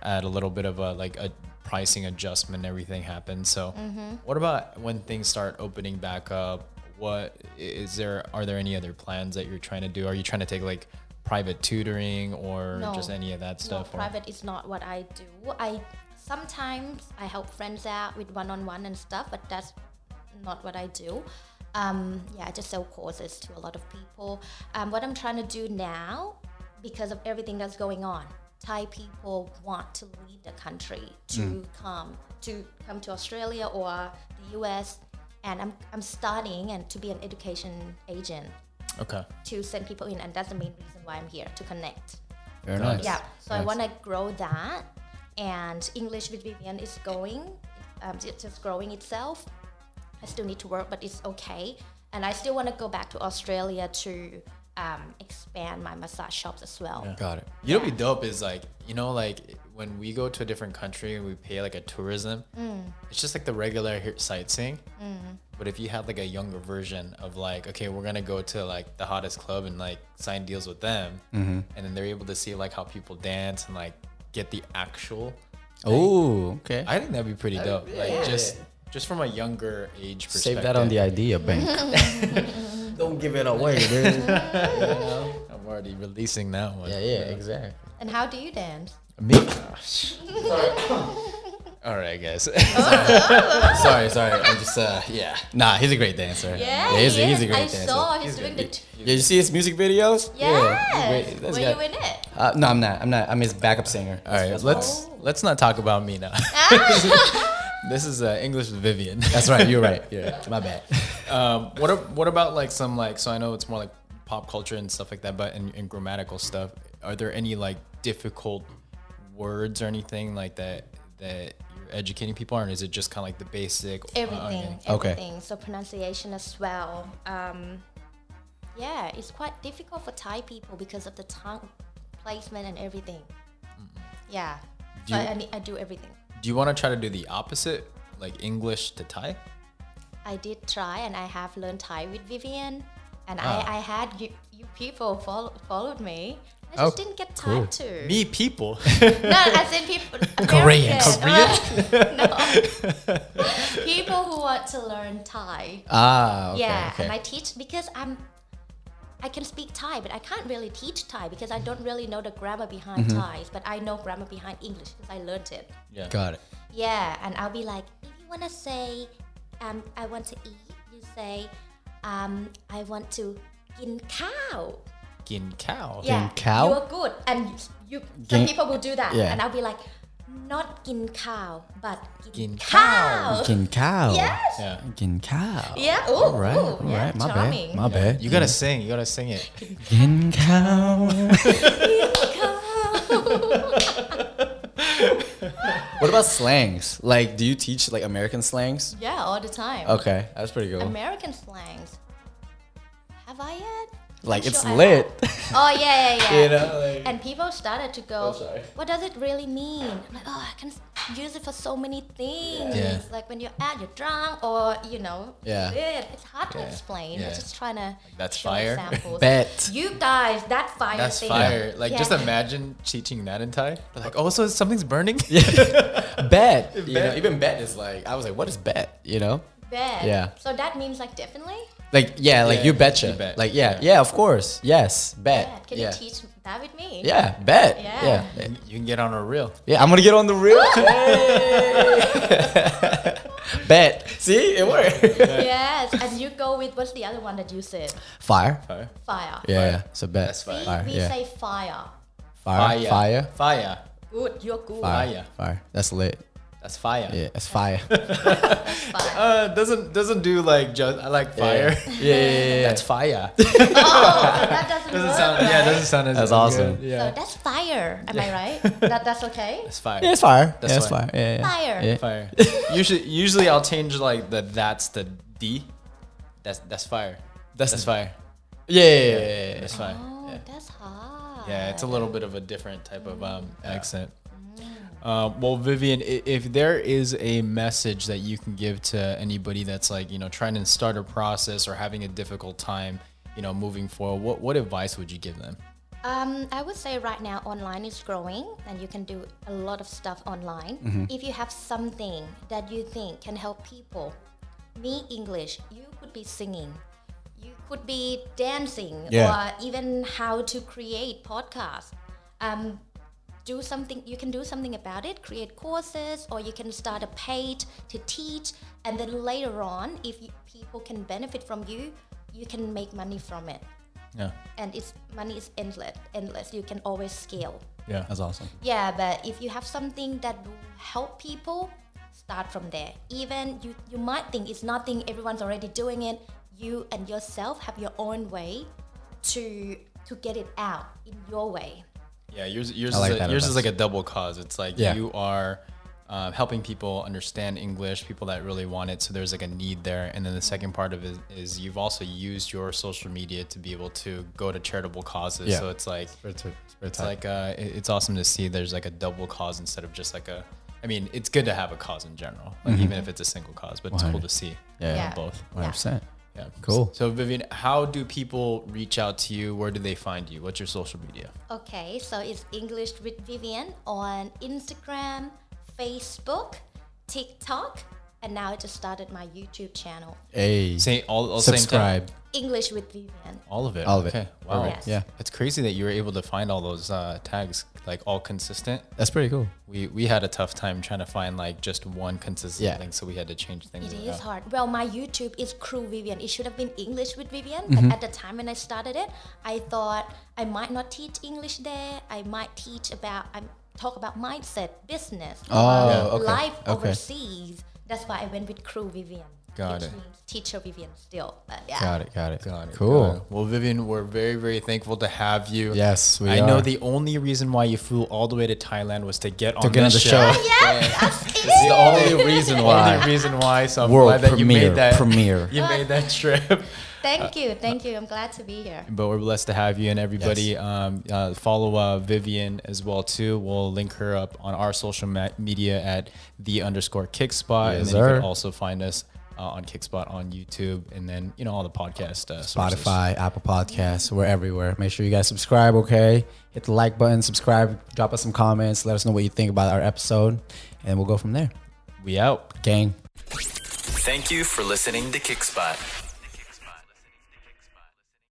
Speaker 3: at a little bit of a like a pricing adjustment. Everything happened. So
Speaker 1: Mm-hmm.
Speaker 3: what about when things start opening back up? What is there? Are there any other plans that you're trying to do? Are you trying to take like private tutoring or
Speaker 1: No.
Speaker 3: just any of that
Speaker 1: no,
Speaker 3: stuff? or-
Speaker 1: private is not what I do. I sometimes I help friends out with one-on-one and stuff, but that's not what I do. Um, yeah, I just sell courses to a lot of people. Um, what I'm trying to do now, because of everything that's going on, Thai people want to leave the country to
Speaker 3: Hmm.
Speaker 1: come to come to Australia or the US, and I'm I'm studying and to be an education agent
Speaker 3: okay.
Speaker 1: to send people in, and that's the main reason why I'm here to connect.
Speaker 2: Very nice.
Speaker 3: Got it.
Speaker 1: Yeah, so I want to grow that, and English with Vivian is going, um, it's just growing itself. I still need to work, but it's okay, and I still want to go back to Australia to um, expand my massage shops as well.
Speaker 2: Got it.
Speaker 3: You know what'd be dope is like, you know, like when we go to a different country and we pay like a tourism, it's just like the regular here- sightseeing. But if you had like a younger version of like, okay, we're gonna go to like the hottest club and like sign deals with them,
Speaker 2: Mm-hmm.
Speaker 3: and then they're able to see like how people dance and like get the actual.
Speaker 2: Oh, okay.
Speaker 3: I think that'd be pretty dope. Like just just from a younger age
Speaker 2: Save
Speaker 3: perspective.
Speaker 2: that on the idea bank. Don't give it away, dude. yeah,
Speaker 3: I'm already releasing that one.
Speaker 2: yeah, exactly.
Speaker 1: And how do you dance?
Speaker 3: Me. All right, guys.
Speaker 2: sorry, sorry. I'm just, uh, yeah. Nah, he's a great dancer. he's, a, he's a great
Speaker 1: I
Speaker 2: dancer.
Speaker 1: saw he's, doing the. T-
Speaker 2: Yeah, you see his music videos?
Speaker 1: yes,
Speaker 2: he's great. That's
Speaker 1: were
Speaker 2: got-
Speaker 1: you in it?
Speaker 2: Uh, no, I'm not. I'm not. I'm his backup singer.
Speaker 3: All right, let's let's not talk about me now. this is uh, English with Vivian.
Speaker 2: That's right. You're right. Yeah, my bad.
Speaker 3: Um, what ab- what about like some like so I know it's more like pop culture and stuff like that, but and, and grammatical stuff. Are there any like difficult words or anything like that that you're educating people on? Or is it just kind of like the basic? uh,
Speaker 1: everything,
Speaker 2: Okay.
Speaker 1: everything. So pronunciation as well. Um, yeah, it's quite difficult for Thai people because of the tongue placement and everything. Yeah,
Speaker 3: Do
Speaker 1: so I,
Speaker 3: you-
Speaker 1: I, need- I do everything.
Speaker 3: Do you want to try to do the opposite, like English to Thai?
Speaker 1: I did try, and I have learned Thai with Vivian, and I, I had you, you people follow, followed me. I just didn't get time to.
Speaker 3: Me people.
Speaker 1: No, as in people.
Speaker 2: Korean.
Speaker 1: Korean. no. people who want to learn Thai.
Speaker 2: Ah, okay.
Speaker 1: yeah
Speaker 2: okay.
Speaker 1: and i teach because i'm i can speak thai but i can't really teach thai because i don't really know the grammar behind
Speaker 2: Mm-hmm.
Speaker 1: thai but i know grammar behind english because i learned it
Speaker 3: yeah.
Speaker 2: Got it.
Speaker 1: yeah and i'll be like if you want to say um, i want to eat you say um, i want to gin cow
Speaker 3: Gin cow.
Speaker 1: yeah
Speaker 2: cow?
Speaker 1: you're good and you some
Speaker 2: Gin-
Speaker 1: people will do that
Speaker 2: yeah.
Speaker 1: and i'll be like not gin cow but gin,
Speaker 3: Gin
Speaker 1: cow,
Speaker 2: Kin cow.
Speaker 1: yes
Speaker 3: Yeah.
Speaker 2: Kin cow.
Speaker 1: yeah ooh,
Speaker 2: All right.
Speaker 1: ooh,
Speaker 2: All
Speaker 1: yeah,
Speaker 2: right. My
Speaker 1: charming.
Speaker 2: bad. My bad.
Speaker 3: You gotta sing. You gotta sing it.
Speaker 2: Kin cow. what about slangs? Like, do you teach like American slangs?
Speaker 1: yeah all the time
Speaker 2: Okay, that's pretty cool.
Speaker 1: American slangs. Have I yet?
Speaker 2: like,
Speaker 1: I'm
Speaker 2: it's
Speaker 1: sure I
Speaker 2: lit.
Speaker 1: have. Oh yeah, yeah, yeah.
Speaker 2: you know, like,
Speaker 1: And people started to go.
Speaker 2: sorry.
Speaker 1: what does it really mean? I'm like, oh, I can. use it for so many things.
Speaker 2: Yeah.
Speaker 1: Like when you're out, you're drunk, or you know,
Speaker 2: Yeah.
Speaker 1: lit. it's hard to explain.
Speaker 3: Yeah.
Speaker 1: I'm just trying to
Speaker 3: that's
Speaker 1: show
Speaker 3: fire.
Speaker 1: examples.
Speaker 2: Bet.
Speaker 1: you guys, that fire
Speaker 3: That's
Speaker 1: thing.
Speaker 3: fire. Like just
Speaker 1: Yeah.
Speaker 3: imagine teaching that in Thai. They're like, oh, so something's burning.
Speaker 2: bet. You
Speaker 3: Bet.
Speaker 2: know, even bet is like I was like, what is bet? You know,
Speaker 1: Bet.
Speaker 2: Yeah.
Speaker 1: So that means like definitely.
Speaker 2: like yeah, like
Speaker 3: Yeah,
Speaker 2: you betcha.
Speaker 3: you bet.
Speaker 2: Like yeah,
Speaker 3: Yeah.
Speaker 2: yeah, of course, yes, bet.
Speaker 1: Bet. Can you
Speaker 2: yeah.
Speaker 1: teach that with me?
Speaker 2: Yeah, bet.
Speaker 1: Yeah.
Speaker 2: Yeah. yeah,
Speaker 3: you can get on a reel.
Speaker 2: I'm gonna get on the real. bet. See, it worked.
Speaker 1: Yes. And you go with what's the other one that you said?
Speaker 2: Fire.
Speaker 3: Fire.
Speaker 1: Fire.
Speaker 2: Yeah, so bet.
Speaker 3: That's
Speaker 1: See,
Speaker 3: fire.
Speaker 2: Fire,
Speaker 1: we
Speaker 2: yeah.
Speaker 1: say fire.
Speaker 2: Fire. Fire.
Speaker 3: Fire.
Speaker 1: Good. You're good.
Speaker 2: Fire.
Speaker 3: Fire.
Speaker 2: Fire. That's lit.
Speaker 3: That's fire.
Speaker 2: Yeah, that's fire.
Speaker 1: Fire.
Speaker 3: Uh, doesn't doesn't do like just I like fire.
Speaker 2: Yeah, yeah, yeah, yeah.
Speaker 3: That's fire.
Speaker 1: that doesn't,
Speaker 3: doesn't
Speaker 1: work,
Speaker 3: sound.
Speaker 1: right?
Speaker 3: Yeah, doesn't sound as
Speaker 2: That's
Speaker 3: good.
Speaker 2: awesome.
Speaker 3: Yeah.
Speaker 1: So that's fire. Am I right? that, that's okay?
Speaker 3: That's fire.
Speaker 2: Yeah, it's fire.
Speaker 3: That's
Speaker 2: yeah, it's
Speaker 3: fire.
Speaker 2: fire. Yeah, yeah.
Speaker 1: Fire.
Speaker 2: Yeah.
Speaker 3: Fire. usually, usually I'll change like the that's the D. That's that's fire. That's, fire.
Speaker 2: Yeah, yeah, yeah, yeah, yeah.
Speaker 3: That's fire.
Speaker 1: Oh, that's hard.
Speaker 3: Yeah, it's a little bit of a different type of um, accent. Uh, well, Vivian, i- if there is a message that you can give to anybody that's like you know trying to start a process or having a difficult time, you know, moving forward, what what advice would you give them?
Speaker 1: Um, I would say right now online is growing and you can do a lot of stuff online. If you have something that you think can help people, me English, you could be singing, you could be dancing,
Speaker 2: Yeah.
Speaker 1: or even how to create podcasts. Um, do something you can do something about it create courses or you can start a paid to teach and then later on if you, people can benefit from you you can make money from it
Speaker 3: Yeah,
Speaker 1: and it's money is endless endless you can always scale
Speaker 3: yeah,
Speaker 2: That's awesome.
Speaker 1: yeah but if you have something that will help people start from there even you you might think it's nothing everyone's already doing it you and yourself have your own way to to get it out in your way
Speaker 3: yeah. Yours yours
Speaker 2: I
Speaker 3: is
Speaker 2: like
Speaker 3: a,
Speaker 2: that
Speaker 3: yours is
Speaker 2: advice.
Speaker 3: like a double cause. It's like
Speaker 2: Yeah.
Speaker 3: you are. Uh, helping people understand English, people that really want it. So there's like a need there. And then the second part of it is you've also used your social media to be able to go to charitable causes.
Speaker 2: Yeah.
Speaker 3: So it's like
Speaker 2: It's
Speaker 3: It's like uh, it- it's awesome to see there's like a double cause instead of just like a. I mean, it's good to have a cause in general, like even if it's a single cause. But it's cool to see
Speaker 2: Mm-hmm. Yeah.
Speaker 1: Yeah.
Speaker 3: both.
Speaker 1: Yeah.
Speaker 2: 100%.
Speaker 3: Yeah,
Speaker 2: Cool.
Speaker 3: So Vivian, how do people reach out to you? Where do they find you? What's your social media?
Speaker 1: Okay, so it's English with Vivian on Instagram, Facebook, TikTok, and now I just started my YouTube channel,
Speaker 2: Hey.
Speaker 3: Say all, all Same
Speaker 2: subscribe.
Speaker 3: time?
Speaker 1: English with Vivian.
Speaker 3: All of it.
Speaker 2: All of it.
Speaker 3: Wow.
Speaker 1: Perfect.
Speaker 2: Yeah.
Speaker 3: It's crazy that you were able to find all those uh, tags like all consistent.
Speaker 2: That's pretty cool.
Speaker 3: We we had a tough time trying to find like just one consistent
Speaker 2: Yeah.
Speaker 3: thing, so we had to change things.
Speaker 1: It
Speaker 3: around.
Speaker 1: is hard. Well, my YouTube is Crew Vivian. It should have been English with Vivian,
Speaker 2: Mm-hmm.
Speaker 1: but at the time when I started it, I thought I might not teach English there. I might teach about I talk about mindset, business, about
Speaker 2: Oh, okay,
Speaker 1: life
Speaker 2: okay.
Speaker 1: overseas. That's why I went with Crew Vivian.
Speaker 3: Got
Speaker 1: which
Speaker 3: it.
Speaker 1: means teacher Vivian still. But yeah.
Speaker 2: Got it. Got it.
Speaker 3: Got it,
Speaker 2: Cool.
Speaker 3: got it. Well, Vivian, we're very, very thankful to have you.
Speaker 2: Yes, we
Speaker 3: I know
Speaker 2: are.
Speaker 3: the only reason why you flew all the way to Thailand was to get on
Speaker 2: To get on
Speaker 3: this
Speaker 2: the show.
Speaker 1: Yes, that's it.
Speaker 2: the only reason
Speaker 3: Only
Speaker 2: why.
Speaker 3: reason why. So I'm
Speaker 2: World
Speaker 3: glad that you
Speaker 2: premiere,
Speaker 3: made that
Speaker 2: premiere.
Speaker 3: You made that trip.
Speaker 2: Uh,
Speaker 1: Thank you, thank you. I'm glad to be here.
Speaker 3: But we're blessed to have you and everybody. Um, uh, follow uh, Vivian as well too. We'll link her up on our social ma- media at the underscore Kickspot, and
Speaker 2: Yes,
Speaker 3: then you
Speaker 2: sir.
Speaker 3: can also find us uh, on Kickspot on YouTube, and then you know all the podcast uh, sources.
Speaker 2: Spotify, Apple Podcasts, we're everywhere. Make sure you guys subscribe, okay? Hit the like button, subscribe, drop us some comments, let us know what you think about our episode, and we'll go from there.
Speaker 3: We out.
Speaker 2: Gang.
Speaker 4: Thank you for listening to Kickspot.